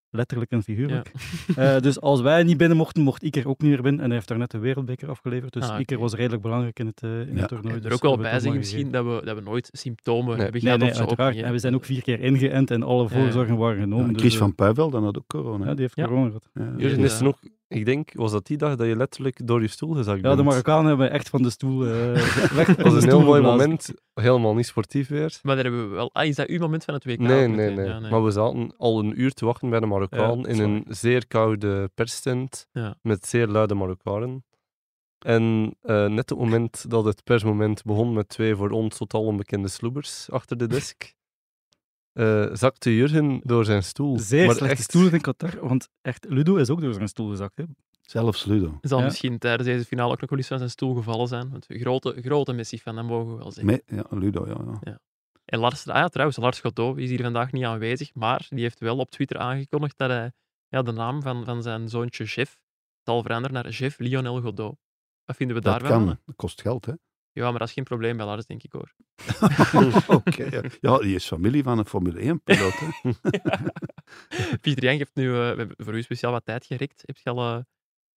[SPEAKER 6] Letterlijk en figuurlijk. Eh, dus als wij niet binnen mochten, mocht Iker ook niet meer binnen. En hij heeft daarnet de wereldbeker afgeleverd. Dus
[SPEAKER 1] Ah, oké.
[SPEAKER 6] Iker was redelijk belangrijk in het, eh, in
[SPEAKER 4] Ja.
[SPEAKER 6] het toernooi.
[SPEAKER 1] En er
[SPEAKER 6] dus
[SPEAKER 1] ook wel
[SPEAKER 6] hebben we
[SPEAKER 1] bij
[SPEAKER 6] het
[SPEAKER 1] zeggen
[SPEAKER 6] maar
[SPEAKER 1] misschien
[SPEAKER 6] gegeven.
[SPEAKER 1] dat we, dat we nooit symptomen
[SPEAKER 5] Nee.
[SPEAKER 1] hebben
[SPEAKER 6] Nee,
[SPEAKER 1] gehad
[SPEAKER 6] nee,
[SPEAKER 1] of zo.
[SPEAKER 6] uiteraard.
[SPEAKER 1] opgegeven.
[SPEAKER 6] En we zijn ook vier keer ingeënt en alle
[SPEAKER 1] Ja, ja.
[SPEAKER 6] voorzorgen waren
[SPEAKER 4] Ja,
[SPEAKER 6] genomen.
[SPEAKER 4] en
[SPEAKER 6] dus,
[SPEAKER 4] Chris
[SPEAKER 6] eh,
[SPEAKER 4] van Puivel, dan had ook corona.
[SPEAKER 6] ja, die heeft
[SPEAKER 1] Ja.
[SPEAKER 6] corona gehad.
[SPEAKER 4] Ja,
[SPEAKER 1] Jullie
[SPEAKER 5] Jurgen
[SPEAKER 1] Ja.
[SPEAKER 5] is toen ook, ik denk, was dat die dag dat je letterlijk door je stoel gezakt
[SPEAKER 6] Ja, de
[SPEAKER 5] bent?
[SPEAKER 6] Marokkanen hebben echt van de stoel.
[SPEAKER 5] [LAUGHS]
[SPEAKER 6] eh, weg van de
[SPEAKER 5] Dat was een
[SPEAKER 6] stoel
[SPEAKER 5] heel mooi
[SPEAKER 6] geblazen.
[SPEAKER 5] moment. Helemaal niet sportief weer.
[SPEAKER 1] Maar daar hebben we wel... Ah, is dat uw moment van het WK?
[SPEAKER 5] Nee,
[SPEAKER 1] ook
[SPEAKER 5] nee,
[SPEAKER 1] meteen?
[SPEAKER 5] nee.
[SPEAKER 1] Ja, nee.
[SPEAKER 5] Maar we zaten al een uur te wachten bij de Marokkaan
[SPEAKER 6] Ja,
[SPEAKER 5] in een zeer koude perstent
[SPEAKER 1] Ja.
[SPEAKER 5] met zeer luide Marokkanen. En eh, net op het moment dat het persmoment begon met twee voor ons totaal onbekende sloebers achter de
[SPEAKER 1] [LAUGHS]
[SPEAKER 5] desk, eh, zakte Jurgen door zijn stoel.
[SPEAKER 6] Zeer
[SPEAKER 5] maar
[SPEAKER 6] slechte
[SPEAKER 5] echt,
[SPEAKER 6] stoelen in Qatar, want echt, Ludo is ook door zijn stoel gezakt. Hè.
[SPEAKER 4] Zelfs Ludo.
[SPEAKER 1] Zal
[SPEAKER 6] Ja.
[SPEAKER 1] misschien tijdens deze finale ook nog wel eens van zijn stoel gevallen zijn. Want grote, grote missie van, dat mogen we wel zeggen.
[SPEAKER 4] Me- ja, Ludo, ja. ja.
[SPEAKER 1] En Lars, ah ja, trouwens, Lars Godot is hier vandaag niet aanwezig, maar die heeft wel op Twitter aangekondigd dat hij ja, de naam van, van zijn zoontje Jeff zal veranderen naar Jeff Lionel Godot. Wat vinden we
[SPEAKER 4] Dat
[SPEAKER 1] daarvan?
[SPEAKER 4] kan. Dat kost
[SPEAKER 6] [LAUGHS]
[SPEAKER 4] geld, hè. [LAUGHS]
[SPEAKER 1] Ja, maar dat is geen probleem bij Lars, denk ik hoor. [LAUGHS]
[SPEAKER 4] Oké. ja. ja, die is familie van een Formule 1-piloot,
[SPEAKER 6] [LAUGHS]
[SPEAKER 4] hè.
[SPEAKER 1] Pieter Jan heeft nu eh, we hebben voor u speciaal wat tijd gerekt. Heb je al eh,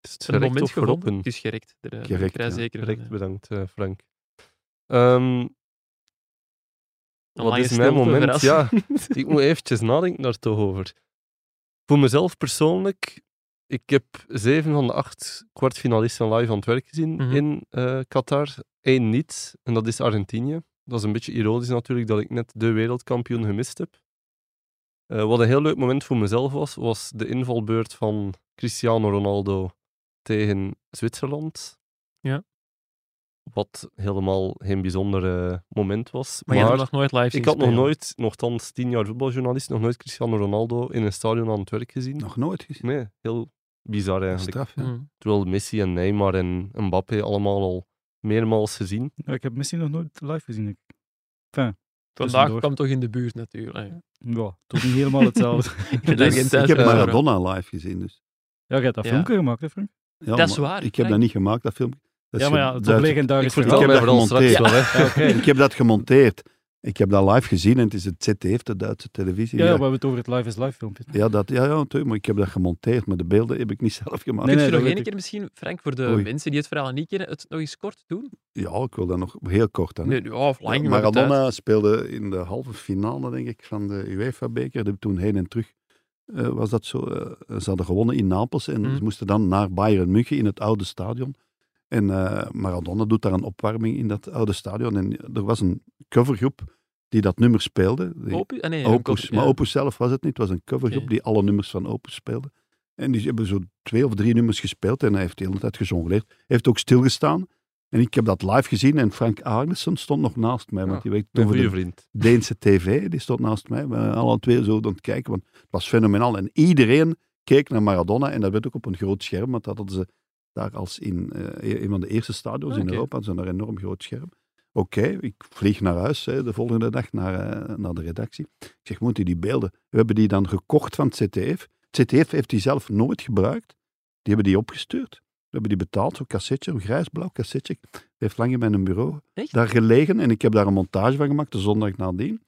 [SPEAKER 5] is het
[SPEAKER 1] een
[SPEAKER 5] gerekt
[SPEAKER 1] moment
[SPEAKER 5] of
[SPEAKER 1] gevonden?
[SPEAKER 5] geroepen?
[SPEAKER 1] Het is gerekt. Daar, eh, ben ik
[SPEAKER 4] Gerekt,
[SPEAKER 1] vrij
[SPEAKER 4] ja.
[SPEAKER 1] zeker van,
[SPEAKER 5] Direct
[SPEAKER 1] ja.
[SPEAKER 5] bedankt, eh, Frank. Ehm,
[SPEAKER 1] Een
[SPEAKER 5] wat
[SPEAKER 1] lange
[SPEAKER 5] is mijn
[SPEAKER 1] stilte,
[SPEAKER 5] moment?
[SPEAKER 1] verrassing.
[SPEAKER 5] Ja, ik moet eventjes nadenken daar toch over. Voor mezelf persoonlijk, ik heb zeven van de acht kwartfinalisten live aan het werk gezien
[SPEAKER 1] Mhm.
[SPEAKER 5] in eh, Qatar. Eén niet, en dat is Argentinië. Dat is een beetje ironisch natuurlijk dat ik net de wereldkampioen gemist heb. Eh, wat een heel leuk moment voor mezelf was, was de invalbeurt van Cristiano Ronaldo tegen Zwitserland.
[SPEAKER 1] Ja.
[SPEAKER 5] Wat helemaal geen bijzonder eh, moment was.
[SPEAKER 1] Maar jij hebt nog nooit live zien
[SPEAKER 5] Ik had nog
[SPEAKER 1] spelen.
[SPEAKER 5] nooit, nogthans tien jaar voetbaljournalist, nog nooit Cristiano Ronaldo in een stadion aan het werk gezien.
[SPEAKER 4] Nog nooit gezien.
[SPEAKER 5] Nee, heel bizar eigenlijk.
[SPEAKER 4] Straf, ja.
[SPEAKER 1] Mm.
[SPEAKER 5] Terwijl Messi en Neymar en Mbappé allemaal al meermaals gezien.
[SPEAKER 6] Nou, ik heb Messi nog nooit live gezien. denk ik.
[SPEAKER 1] Vandaag
[SPEAKER 6] Tussendoor.
[SPEAKER 1] kwam toch in de buurt natuurlijk.
[SPEAKER 6] Ja, toch niet helemaal
[SPEAKER 5] [LAUGHS]
[SPEAKER 6] hetzelfde.
[SPEAKER 1] Ik
[SPEAKER 4] Dus
[SPEAKER 1] heb
[SPEAKER 4] ik heb
[SPEAKER 5] eh,
[SPEAKER 4] Maradona live gezien, dus.
[SPEAKER 6] ja, jij hebt dat
[SPEAKER 1] Ja.
[SPEAKER 6] filmpje gemaakt, hè, Frank?
[SPEAKER 4] Ja,
[SPEAKER 1] Dat is
[SPEAKER 4] maar
[SPEAKER 1] waar,
[SPEAKER 4] Ik heb
[SPEAKER 1] Frank.
[SPEAKER 4] dat niet gemaakt, dat filmpje. Dat is
[SPEAKER 6] Ja, maar ja,
[SPEAKER 4] ge-
[SPEAKER 6] het is
[SPEAKER 4] Duits-
[SPEAKER 5] Ik
[SPEAKER 6] legendarisch.
[SPEAKER 5] vertel
[SPEAKER 4] heb
[SPEAKER 5] mij
[SPEAKER 4] dat
[SPEAKER 5] vooral straks
[SPEAKER 4] gemonteerd.
[SPEAKER 5] wel, hè.
[SPEAKER 6] Ja,
[SPEAKER 5] [LAUGHS]
[SPEAKER 6] oké.
[SPEAKER 4] Ik heb dat gemonteerd. Ik heb dat live gezien en het is het ZDF, de Duitse televisie.
[SPEAKER 6] Ja, we
[SPEAKER 4] Ja,
[SPEAKER 6] hebben het over het live is live filmpje.
[SPEAKER 4] ja, dat, ja, ja natuurlijk, maar ik heb dat gemonteerd, maar de beelden heb ik niet [LAUGHS] zelf gemaakt.
[SPEAKER 6] Nee,
[SPEAKER 1] Kun
[SPEAKER 6] nee,
[SPEAKER 1] je nog
[SPEAKER 6] dat
[SPEAKER 1] één
[SPEAKER 6] weet
[SPEAKER 1] keer misschien, Frank, voor de
[SPEAKER 4] Oei.
[SPEAKER 1] mensen die het verhaal niet kennen, het nog eens kort doen?
[SPEAKER 4] Ja, ik wil dat nog heel kort aan.
[SPEAKER 1] Nee, ja, of lang. maar goed, hè.
[SPEAKER 4] Maradona speelde in de halve finale, denk ik, van de UEFA-beker. De- Toen heen en terug eh, was dat zo. eh, ze hadden gewonnen in Napels en
[SPEAKER 1] Mm.
[SPEAKER 4] ze moesten dan naar Bayern München in het oude stadion. En eh, Maradona doet daar een opwarming in dat oude stadion. En er was een covergroep die dat nummer speelde. Die-
[SPEAKER 1] Opus? Ah, nee, een
[SPEAKER 4] Opus,
[SPEAKER 1] cover,
[SPEAKER 4] maar
[SPEAKER 1] ja.
[SPEAKER 4] Opus zelf was het niet. Het was een covergroep
[SPEAKER 1] Oké.
[SPEAKER 4] die alle nummers van Opus speelde. En die hebben zo twee of drie nummers gespeeld en hij heeft de hele tijd gezongleerd. Hij heeft ook stilgestaan En ik heb dat live gezien en Frank Arneson stond nog naast mij,
[SPEAKER 5] Ja,
[SPEAKER 4] want die werkt
[SPEAKER 5] Mijn
[SPEAKER 4] over
[SPEAKER 5] goede
[SPEAKER 4] de
[SPEAKER 5] vriend.
[SPEAKER 4] Deense tv, die stond naast mij. We waren alle twee zo aan het kijken, want het was fenomenaal. En iedereen keek naar Maradona en dat werd ook op een groot scherm, want dat hadden ze daar als in eh, een van de eerste stadions
[SPEAKER 5] Ah,
[SPEAKER 4] in
[SPEAKER 5] oké.
[SPEAKER 4] Europa, hadden ze een enorm groot scherm. Oké, ik vlieg naar huis hè, de volgende dag naar, eh, naar de redactie. Ik zeg, moet u die beelden? We hebben die dan gekocht van het CTF. Het CTF heeft die zelf nooit gebruikt. Die hebben die opgestuurd. We hebben die betaald, zo'n cassetje, een grijsblauw cassetje. Die heeft lang in mijn bureau
[SPEAKER 1] Echt?
[SPEAKER 4] daar gelegen en ik heb daar een montage van gemaakt de zondag nadien.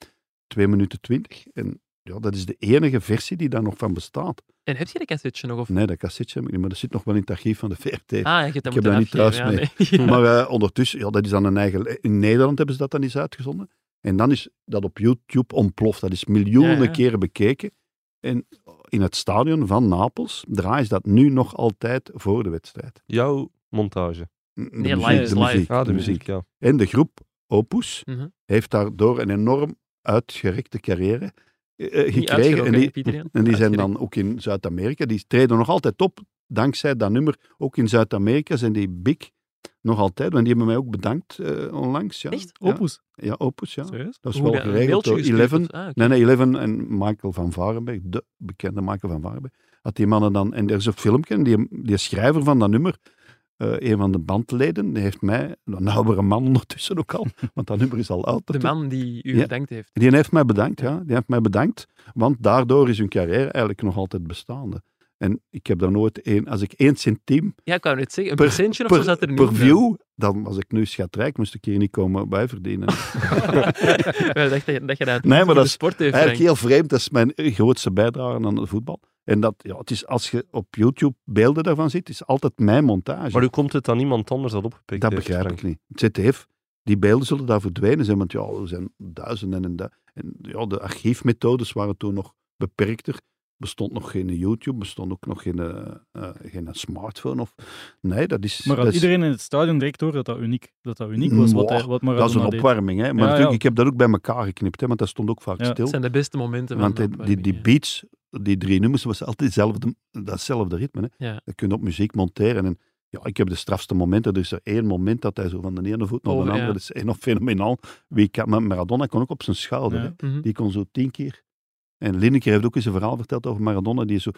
[SPEAKER 4] 2 minuten 20. En ja, dat is de enige versie die daar nog van bestaat.
[SPEAKER 1] En heb je dat cassetje nog? Of...
[SPEAKER 4] Nee, dat cassetje heb ik niet, maar dat zit nog wel in het archief van de VRT.
[SPEAKER 1] Ah, je hebt dat
[SPEAKER 4] Ik heb
[SPEAKER 1] moeten
[SPEAKER 4] dat niet thuis
[SPEAKER 1] afgeven, ja, nee. Ja.
[SPEAKER 4] Maar eh, ondertussen, ja, dat is dan een eigen... In Nederland hebben ze dat dan eens uitgezonden. En dan is dat op YouTube ontploft. Dat is miljoenen
[SPEAKER 1] Ja, ja.
[SPEAKER 4] keren bekeken. En in het stadion van Napels draaien ze dat nu nog altijd voor de wedstrijd.
[SPEAKER 5] Jouw montage.
[SPEAKER 4] De
[SPEAKER 1] Nee,
[SPEAKER 4] muziek,
[SPEAKER 1] live is
[SPEAKER 4] de
[SPEAKER 1] live.
[SPEAKER 4] muziek,
[SPEAKER 5] Ah,
[SPEAKER 4] de muziek.
[SPEAKER 5] ja.
[SPEAKER 4] En de groep Opus
[SPEAKER 1] Mhm.
[SPEAKER 4] heeft daardoor een enorm uitgerekte carrière eh, eh,
[SPEAKER 1] Niet
[SPEAKER 4] gekregen. En
[SPEAKER 1] uitgeroken, hè,
[SPEAKER 4] die,
[SPEAKER 1] Pieter Jan?
[SPEAKER 4] en die zijn
[SPEAKER 1] Uitgeroken.
[SPEAKER 4] dan ook in Zuid-Amerika. Die treden nog altijd op, dankzij dat nummer. Ook in Zuid-Amerika zijn die big nog altijd. Want die hebben mij ook bedankt eh, onlangs. Ja.
[SPEAKER 1] Echt?
[SPEAKER 4] Ja,
[SPEAKER 6] Opus.
[SPEAKER 4] ja, Opus, ja.
[SPEAKER 5] Serieus?
[SPEAKER 4] Dat is
[SPEAKER 1] Hoe
[SPEAKER 4] wel
[SPEAKER 1] dat- een
[SPEAKER 4] geregeld
[SPEAKER 1] mailtje
[SPEAKER 4] door
[SPEAKER 1] gestuurd
[SPEAKER 4] 11.
[SPEAKER 1] of- ah, oké.
[SPEAKER 4] Nee, nee, Eleven en Michael van Varenberg, de bekende Michael van Varenberg, had die mannen dan... En er is een filmpje, en die, die schrijver van dat nummer, eh, een van de bandleden, die heeft mij, een oudere man ondertussen ook al, [LAUGHS] want dat nummer is al oud.
[SPEAKER 1] De man die u
[SPEAKER 4] Ja.
[SPEAKER 1] bedankt heeft.
[SPEAKER 4] Die heeft mij bedankt, ja. Die heeft mij bedankt, want daardoor is hun carrière eigenlijk nog altijd bestaande. En ik heb daar nooit één... Als ik één centiem
[SPEAKER 1] Ja, ik wou net zeggen, een
[SPEAKER 4] Per-
[SPEAKER 1] procentje of zo
[SPEAKER 4] per,
[SPEAKER 1] zat er niet
[SPEAKER 4] per
[SPEAKER 1] bij.
[SPEAKER 4] view, dan was ik nu schatrijk, moest ik hier niet komen
[SPEAKER 1] [LAUGHS]
[SPEAKER 4] bij [LAUGHS] verdienen.
[SPEAKER 1] Wij dachten dat je dat uit
[SPEAKER 4] Nee, maar
[SPEAKER 1] de
[SPEAKER 4] dat is
[SPEAKER 1] sport
[SPEAKER 6] Eh,
[SPEAKER 1] heeft,
[SPEAKER 4] Eigenlijk
[SPEAKER 1] Frank.
[SPEAKER 4] heel vreemd. Dat is mijn grootste bijdrage aan de voetbal. En dat, ja, het is, als je op YouTube beelden daarvan ziet, is altijd mijn montage.
[SPEAKER 5] Maar hoe komt het dat niemand anders dat opgepikt
[SPEAKER 4] dat
[SPEAKER 5] heeft,
[SPEAKER 4] begrijp
[SPEAKER 5] Frank?
[SPEAKER 4] ik niet. Het ZDF, die beelden zullen daar verdwenen zijn, want ja, er zijn duizenden en, du- en ja, de archiefmethodes waren toen nog beperkter. Bestond nog geen YouTube, bestond ook nog geen, eh, eh, geen smartphone. Of, nee, dat is...
[SPEAKER 6] Maar
[SPEAKER 4] dat
[SPEAKER 6] had
[SPEAKER 4] is,
[SPEAKER 6] iedereen in het stadion direct door dat dat uniek, dat dat uniek was, wat,
[SPEAKER 4] Dus- Mwah,
[SPEAKER 6] hij- wat
[SPEAKER 4] dat is
[SPEAKER 6] Maradona
[SPEAKER 4] een
[SPEAKER 6] deed.
[SPEAKER 4] opwarming, hè. Maar
[SPEAKER 6] Ja,
[SPEAKER 4] natuurlijk,
[SPEAKER 6] ja.
[SPEAKER 4] ik heb dat ook bij elkaar geknipt, hè, want dat stond ook vaak
[SPEAKER 6] Ja,
[SPEAKER 4] stil.
[SPEAKER 1] Dat zijn de beste momenten van
[SPEAKER 4] Want
[SPEAKER 1] de
[SPEAKER 4] die, die, die
[SPEAKER 1] opwarming,
[SPEAKER 4] beats, die drie nummers, was altijd hetzelfde, datzelfde ritme. Hè.
[SPEAKER 1] Ja.
[SPEAKER 4] Dat kun je op muziek monteren. En ja, ik heb de strafste momenten. Er is er één moment dat hij zo van de ene voet naar
[SPEAKER 1] Over,
[SPEAKER 4] de
[SPEAKER 1] ja.
[SPEAKER 4] andere. Dat is enorm fenomenaal. Wie kan, maar Maradona kon ook op zijn schouder.
[SPEAKER 6] Ja.
[SPEAKER 4] Hè.
[SPEAKER 1] hè. Mhm.
[SPEAKER 4] Die kon zo tien keer. En Lineker heeft ook eens een verhaal verteld over Maradona. Die zo,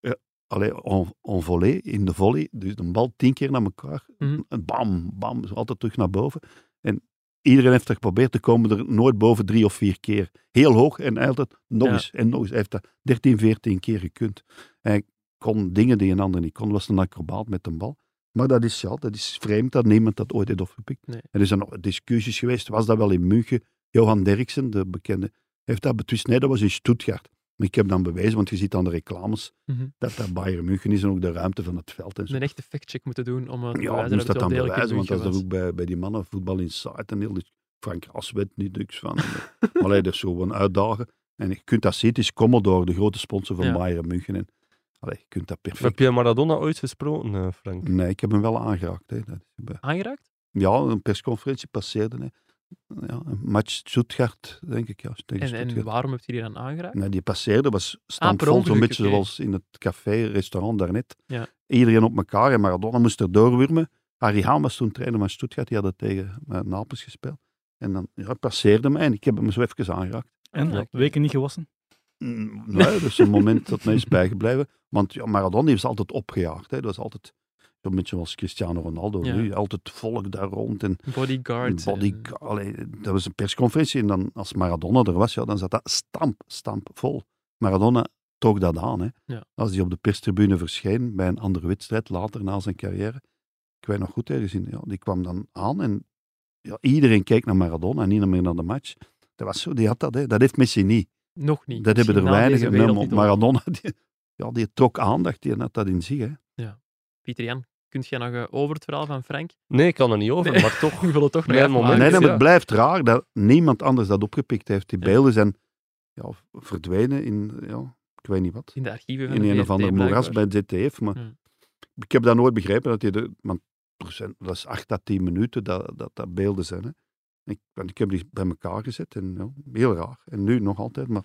[SPEAKER 4] eh, allee, en, en volley, in de volley. Dus de bal tien keer naar elkaar.
[SPEAKER 1] Mhm.
[SPEAKER 4] En bam, bam, zo altijd terug naar boven. En iedereen heeft er geprobeerd te komen, er nooit boven drie of vier keer. Heel hoog en altijd nog
[SPEAKER 1] Ja.
[SPEAKER 4] eens en nog eens. Hij heeft dat 13, 14 keer gekund. Hij kon dingen die een ander niet kon, was een acrobaat met een bal. Maar dat is, ja, dat is vreemd dat niemand dat ooit heeft opgepikt.
[SPEAKER 1] Nee.
[SPEAKER 4] Er zijn nog discussies geweest, was dat wel in München? Johan Derksen, de bekende, heeft dat betwist. Nee, dat was in Stuttgart. Maar ik heb dan bewezen, want je ziet aan de reclames,
[SPEAKER 1] Mhm.
[SPEAKER 4] dat dat Bayern München is en ook de ruimte van het veld en zo.
[SPEAKER 1] Een echte factcheck moeten doen om eh, te
[SPEAKER 4] Ja,
[SPEAKER 1] bewijzen
[SPEAKER 4] ik
[SPEAKER 1] het
[SPEAKER 4] moest dat
[SPEAKER 1] wel
[SPEAKER 4] dan
[SPEAKER 1] degelijk in
[SPEAKER 4] bewijzen, want dat
[SPEAKER 1] München
[SPEAKER 4] is er
[SPEAKER 1] was.
[SPEAKER 4] ook bij, bij die mannen voetbal insight en heel die Frank Ras weet niet niks
[SPEAKER 1] [LAUGHS]
[SPEAKER 4] van. maar allee, dat is gewoon uitdagen. En je kunt dat zien, het is Commodore, de grote sponsor van
[SPEAKER 1] Ja.
[SPEAKER 4] Bayern München. En, allee, je kunt dat
[SPEAKER 5] Heb
[SPEAKER 4] perfect.
[SPEAKER 5] je Maradona ooit gesproken, eh, Frank?
[SPEAKER 4] Nee, ik heb hem wel aangeraakt. Hè. Dat is-
[SPEAKER 1] Aangeraakt?
[SPEAKER 4] Ja, een persconferentie passeerde. Hè. Ja, een match Stuttgart, denk ik. Ja, tegen
[SPEAKER 1] En, en
[SPEAKER 4] Stuttgart.
[SPEAKER 1] waarom heb je die dan aangeraakt?
[SPEAKER 4] Nee, die passeerde was
[SPEAKER 1] Ah, per
[SPEAKER 4] standvol, zo'n
[SPEAKER 1] ongeluk,
[SPEAKER 4] beetje
[SPEAKER 1] oké.
[SPEAKER 4] zoals in het café, restaurant daarnet.
[SPEAKER 1] Ja.
[SPEAKER 4] Iedereen op elkaar en Maradona moest er doorwurmen. Harry Haan was toen trainer van Stuttgart, die had het tegen eh, Napels gespeeld. En dan ja, passeerde mij en ik heb hem zo even aangeraakt.
[SPEAKER 6] En
[SPEAKER 1] Ja.
[SPEAKER 6] weken niet gewassen.
[SPEAKER 4] Mm, Nee, dat
[SPEAKER 1] [LAUGHS]
[SPEAKER 4] is een moment dat mij is bijgebleven. Want ja, Maradona is altijd opgejaagd. Hè. Dat is altijd zo'n beetje zoals Cristiano Ronaldo
[SPEAKER 1] Ja.
[SPEAKER 4] nu. Altijd volk daar rond en
[SPEAKER 1] Bodyguard.
[SPEAKER 4] Body, allee, dat was een persconferentie en dan, als Maradona er was, ja, dan zat dat stamp, stamp vol. Maradona trok dat aan. Hè.
[SPEAKER 1] Ja.
[SPEAKER 4] Als hij op de perstribune verscheen bij een andere wedstrijd, later na zijn carrière, ik weet nog goed ergens in, ja, die kwam dan aan en ja, iedereen keek naar Maradona en niet meer naar de match. Dat was zo, die had dat, hè. dat heeft Messi niet.
[SPEAKER 1] eh, Nog niet.
[SPEAKER 4] dat hebben er
[SPEAKER 1] Misschien na
[SPEAKER 4] weinigen.
[SPEAKER 1] deze
[SPEAKER 4] Nee, maar
[SPEAKER 1] wereldtitel.
[SPEAKER 4] Maradona, die, ja, die trok aandacht, die had dat in zich. Hè.
[SPEAKER 1] Pieter Jan, kunt jij nog eh, over het verhaal van Frank?
[SPEAKER 5] Nee, ik kan er niet over,
[SPEAKER 1] Nee.
[SPEAKER 5] maar toch.
[SPEAKER 1] [LAUGHS] Ik wil het toch nog
[SPEAKER 5] Nee,
[SPEAKER 1] even
[SPEAKER 5] moment.
[SPEAKER 1] maken.
[SPEAKER 4] nee, nee, maar
[SPEAKER 5] ja.
[SPEAKER 4] het blijft raar dat niemand anders dat opgepikt heeft. Die
[SPEAKER 1] Ja.
[SPEAKER 4] beelden zijn ja, verdwenen in, ja, ik weet niet wat.
[SPEAKER 1] In de archieven van
[SPEAKER 4] In
[SPEAKER 1] de
[SPEAKER 4] een
[SPEAKER 1] VRT
[SPEAKER 4] of ander moeras
[SPEAKER 1] blijkbaar.
[SPEAKER 4] bij het ZTF. Maar
[SPEAKER 1] Hmm.
[SPEAKER 4] ik heb dat nooit begrepen. Dat, die de, want er zijn- dat is 8 à 10 minuten dat dat, dat beelden zijn. Hè. Ik, want ik heb die bij elkaar gezet en ja, heel raar. En nu nog altijd, maar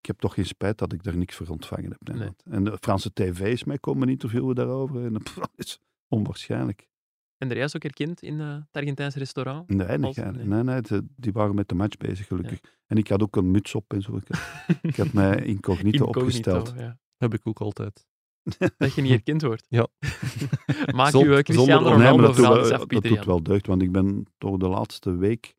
[SPEAKER 4] ik heb toch geen spijt dat ik daar niks voor ontvangen heb. nee,
[SPEAKER 1] Nee.
[SPEAKER 4] [LAUGHS] want- En de Franse tv is mij komen interviewen daarover. En dat is onwaarschijnlijk.
[SPEAKER 1] En de rij is ook herkend in eh, het Argentijnse restaurant.
[SPEAKER 4] Weinig,
[SPEAKER 1] Als-
[SPEAKER 4] hè.
[SPEAKER 1] nee.
[SPEAKER 4] nee, nee, ze- die waren met de match bezig, gelukkig. En ik had ook een muts op en zo. Ik had, [LAUGHS] ik had
[SPEAKER 1] [LAUGHS]
[SPEAKER 4] mij incognito,
[SPEAKER 1] Incognito,
[SPEAKER 4] opgesteld.
[SPEAKER 1] ja.
[SPEAKER 5] Heb ik ook altijd.
[SPEAKER 1] Dat je niet herkend wordt.
[SPEAKER 5] Ja.
[SPEAKER 1] [LAUGHS] Maak
[SPEAKER 5] Zon-
[SPEAKER 1] je
[SPEAKER 5] zonder
[SPEAKER 1] Cristiano
[SPEAKER 5] oorlog.
[SPEAKER 4] Oh, Nee, maar
[SPEAKER 1] Ronaldo
[SPEAKER 4] dat, doet
[SPEAKER 1] verhaal
[SPEAKER 4] wel-
[SPEAKER 1] eens af,
[SPEAKER 4] dat
[SPEAKER 1] Pieter
[SPEAKER 4] doet
[SPEAKER 1] Jan.
[SPEAKER 4] wel deugd, want ik ben toch de laatste week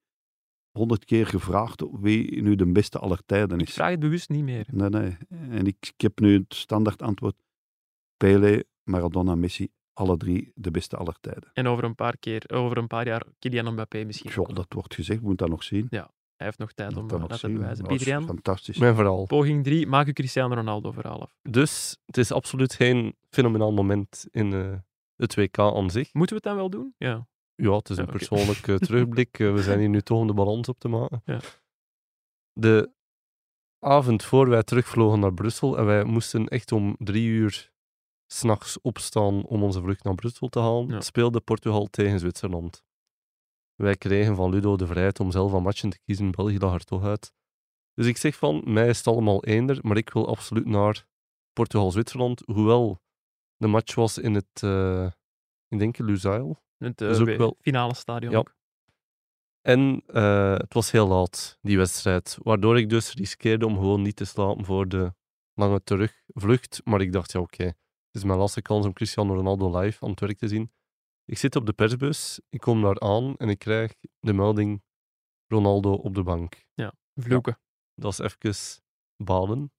[SPEAKER 4] honderd keer gevraagd wie nu de beste aller tijden
[SPEAKER 1] Ik
[SPEAKER 4] is.
[SPEAKER 1] vraag het bewust niet meer.
[SPEAKER 4] Nee, nee. En ik, ik heb nu het standaard antwoord. Pele, Maradona, Messi, alle drie de beste aller tijden.
[SPEAKER 1] En over een paar, keer, over een paar jaar Kylian Mbappé misschien.
[SPEAKER 4] Goh, dat wordt gezegd, we moeten dat nog zien.
[SPEAKER 1] Hij heeft nog tijd
[SPEAKER 4] We
[SPEAKER 1] om
[SPEAKER 4] moeten
[SPEAKER 1] eh, dat
[SPEAKER 4] dat nog
[SPEAKER 1] te
[SPEAKER 4] zien.
[SPEAKER 1] bewijzen.
[SPEAKER 4] Dat is
[SPEAKER 1] Pieter Jan,
[SPEAKER 4] fantastisch.
[SPEAKER 5] Mijn verhaal.
[SPEAKER 1] poging 3, maak je Cristiano Ronaldo verhaal af.
[SPEAKER 5] Dus het is absoluut geen fenomenaal moment in eh, het WK aan zich.
[SPEAKER 1] Moeten we het dan wel doen? Ja.
[SPEAKER 5] Ja, het is
[SPEAKER 1] Ja,
[SPEAKER 5] een
[SPEAKER 1] oké.
[SPEAKER 5] persoonlijk eh, terugblik. Eh, we zijn hier nu toch om de balans op te maken.
[SPEAKER 1] Ja.
[SPEAKER 5] De avond voor wij terugvlogen naar Brussel en wij moesten echt om drie uur s'nachts opstaan om onze vlucht naar Brussel te halen,
[SPEAKER 1] Ja.
[SPEAKER 5] speelde Portugal tegen Zwitserland. Wij kregen van Ludo de vrijheid om zelf aan matchen te kiezen. België lag er toch uit. Dus ik zeg van, mij is het allemaal eender, maar ik wil absoluut naar Portugal-Zwitserland. Hoewel de match was in het, eh, ik denk Lusail.
[SPEAKER 1] Het eh,
[SPEAKER 5] Dat is ook
[SPEAKER 1] we-
[SPEAKER 5] wel-
[SPEAKER 1] finale stadion.
[SPEAKER 5] Ja.
[SPEAKER 1] ook.
[SPEAKER 5] En eh, het was heel laat, die wedstrijd. Waardoor ik dus riskeerde om gewoon niet te slapen voor de lange terugvlucht. Maar ik dacht, ja, oké. Het is mijn laatste kans om Cristiano Ronaldo live aan het werk te zien. Ik zit op de persbus, ik kom daar aan en ik krijg de melding Ronaldo op de bank.
[SPEAKER 1] Vloeken.
[SPEAKER 5] Dat is even baden.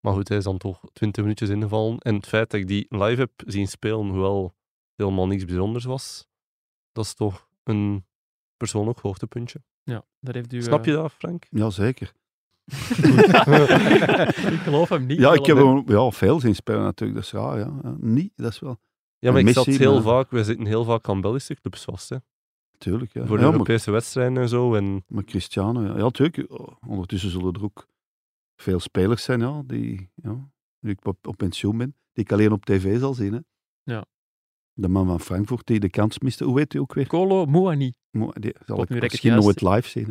[SPEAKER 5] Maar goed, hij is dan toch 20 minuutjes ingevallen. En het feit dat ik die live heb zien spelen, hoewel het helemaal niks bijzonders was, dat is toch een persoonlijk hoogtepuntje.
[SPEAKER 1] Ja. dat heeft u...
[SPEAKER 5] Snap
[SPEAKER 1] eh,
[SPEAKER 5] je dat, Frank?
[SPEAKER 4] Jazeker.
[SPEAKER 1] eh, [LAUGHS] ik geloof hem niet.
[SPEAKER 4] Ja, ik heb
[SPEAKER 1] hem...
[SPEAKER 4] hem- ja, veel zien spelen natuurlijk, dat is raar. Ja. Ja, Niet, dat is wel...
[SPEAKER 5] Ja, maar
[SPEAKER 4] En
[SPEAKER 5] ik zat
[SPEAKER 4] Messi,
[SPEAKER 5] heel
[SPEAKER 4] maar-
[SPEAKER 5] vaak, wij zitten heel vaak aan Belgische clubs vast, hè.
[SPEAKER 4] Tuurlijk, ja.
[SPEAKER 5] Voor de
[SPEAKER 4] ja, maar,
[SPEAKER 5] Europese wedstrijden en zo. En
[SPEAKER 4] maar Cristiano, ja. Ja, tuurlijk. oh, Ondertussen zullen er ook veel spelers zijn, ja, die... Ja, nu ik op, op pensioen ben, die ik alleen op tv zal zien, hè.
[SPEAKER 1] Ja.
[SPEAKER 4] De man van Frankfurt die de kans miste, hoe weet hij ook weer?
[SPEAKER 1] Colo Muani.
[SPEAKER 4] Mo- Die zal
[SPEAKER 1] Tot
[SPEAKER 4] ik
[SPEAKER 1] nu dat ik het
[SPEAKER 4] misschien
[SPEAKER 1] juist
[SPEAKER 4] nooit live zien. hè.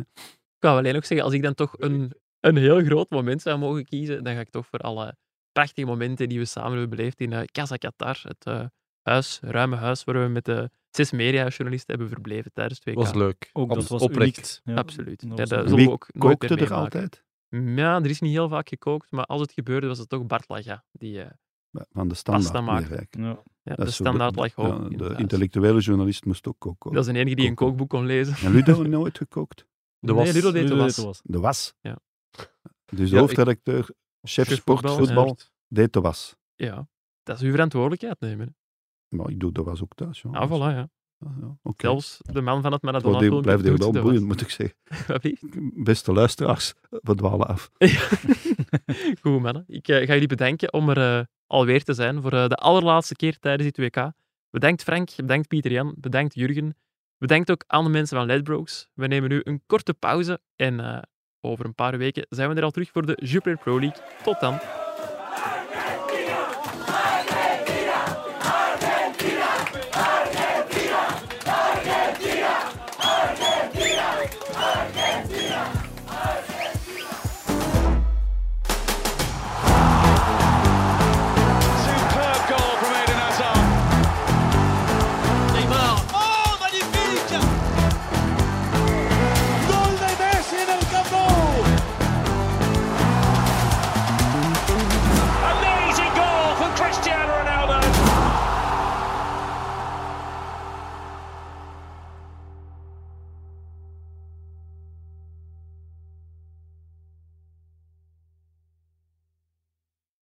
[SPEAKER 1] Ik wou alleen ook zeggen, als ik dan toch een, een heel groot moment zou mogen kiezen, dan ga ik toch voor alle prachtige momenten die we samen hebben beleefd in eh, Casa Qatar, het eh, huis, ruime huis waar we met de zes media-journalisten hebben verbleven tijdens twee WK.
[SPEAKER 5] was leuk.
[SPEAKER 6] Ook dat
[SPEAKER 5] Abs-
[SPEAKER 6] was
[SPEAKER 5] oprecht.
[SPEAKER 6] uniek. Ja.
[SPEAKER 1] Absoluut.
[SPEAKER 6] Dat
[SPEAKER 1] Ja,
[SPEAKER 6] was
[SPEAKER 1] dat
[SPEAKER 6] leuk.
[SPEAKER 1] zullen
[SPEAKER 4] Wie
[SPEAKER 1] we ook nooit
[SPEAKER 4] Kookte
[SPEAKER 1] meer
[SPEAKER 4] er
[SPEAKER 1] meemaken.
[SPEAKER 4] altijd?
[SPEAKER 1] Ja, er is niet heel vaak gekookt, maar als het gebeurde was het toch Bart Laga, die eh,
[SPEAKER 4] Ja, Van de standaard.
[SPEAKER 1] Pasta maken.
[SPEAKER 4] meer, hè.
[SPEAKER 6] Ja.
[SPEAKER 1] ja,
[SPEAKER 4] Dat
[SPEAKER 1] de
[SPEAKER 4] is zo
[SPEAKER 1] standaard
[SPEAKER 4] de-
[SPEAKER 1] lag
[SPEAKER 4] ja,
[SPEAKER 1] hoog. in het
[SPEAKER 4] de
[SPEAKER 1] huis.
[SPEAKER 4] intellectuele journalist moest ook koken.
[SPEAKER 1] dat is de enige die een
[SPEAKER 4] koken.
[SPEAKER 1] kookboek kon
[SPEAKER 4] [LAUGHS]
[SPEAKER 1] lezen.
[SPEAKER 4] En Ludo nooit gekookt?
[SPEAKER 5] De
[SPEAKER 1] Nee,
[SPEAKER 5] was-
[SPEAKER 1] Ludo deed de
[SPEAKER 6] Ludo
[SPEAKER 1] was.
[SPEAKER 6] deed de was.
[SPEAKER 4] De was.
[SPEAKER 1] Ja.
[SPEAKER 4] Dus de
[SPEAKER 5] Ja,
[SPEAKER 4] hoofdredacteur, chef
[SPEAKER 1] Chef
[SPEAKER 4] sport,
[SPEAKER 1] voetbal,
[SPEAKER 4] voetbal,
[SPEAKER 1] ja.
[SPEAKER 4] deed de was.
[SPEAKER 1] Ja, dat is uw verantwoordelijkheid nemen. hè.
[SPEAKER 4] Maar ik doe de was ook thuis. Ja. Dus,
[SPEAKER 1] Ah, voilà, ja.
[SPEAKER 4] Ja, ja, oké.
[SPEAKER 1] Zelfs de man van het
[SPEAKER 4] Maar die
[SPEAKER 1] Maradona-filmpje
[SPEAKER 4] blijft
[SPEAKER 1] doet de
[SPEAKER 4] heel wel
[SPEAKER 1] was. [LAUGHS]
[SPEAKER 4] boeiend, moet ik zeggen.
[SPEAKER 1] Wat lief.
[SPEAKER 4] Beste luisteraars, [LAUGHS] we dwalen af.
[SPEAKER 1] Ja. Goed, mannen. Ik eh, ga jullie bedanken om er eh, alweer te zijn voor eh, de allerlaatste keer tijdens dit WK. Bedankt Frank, bedankt Pieter-Jan, bedankt Jurgen. Bedankt ook aan de mensen van Ledbrokes. We nemen nu een korte pauze en eh, over een paar weken zijn we er al terug voor de Jupiler Pro League. Tot dan.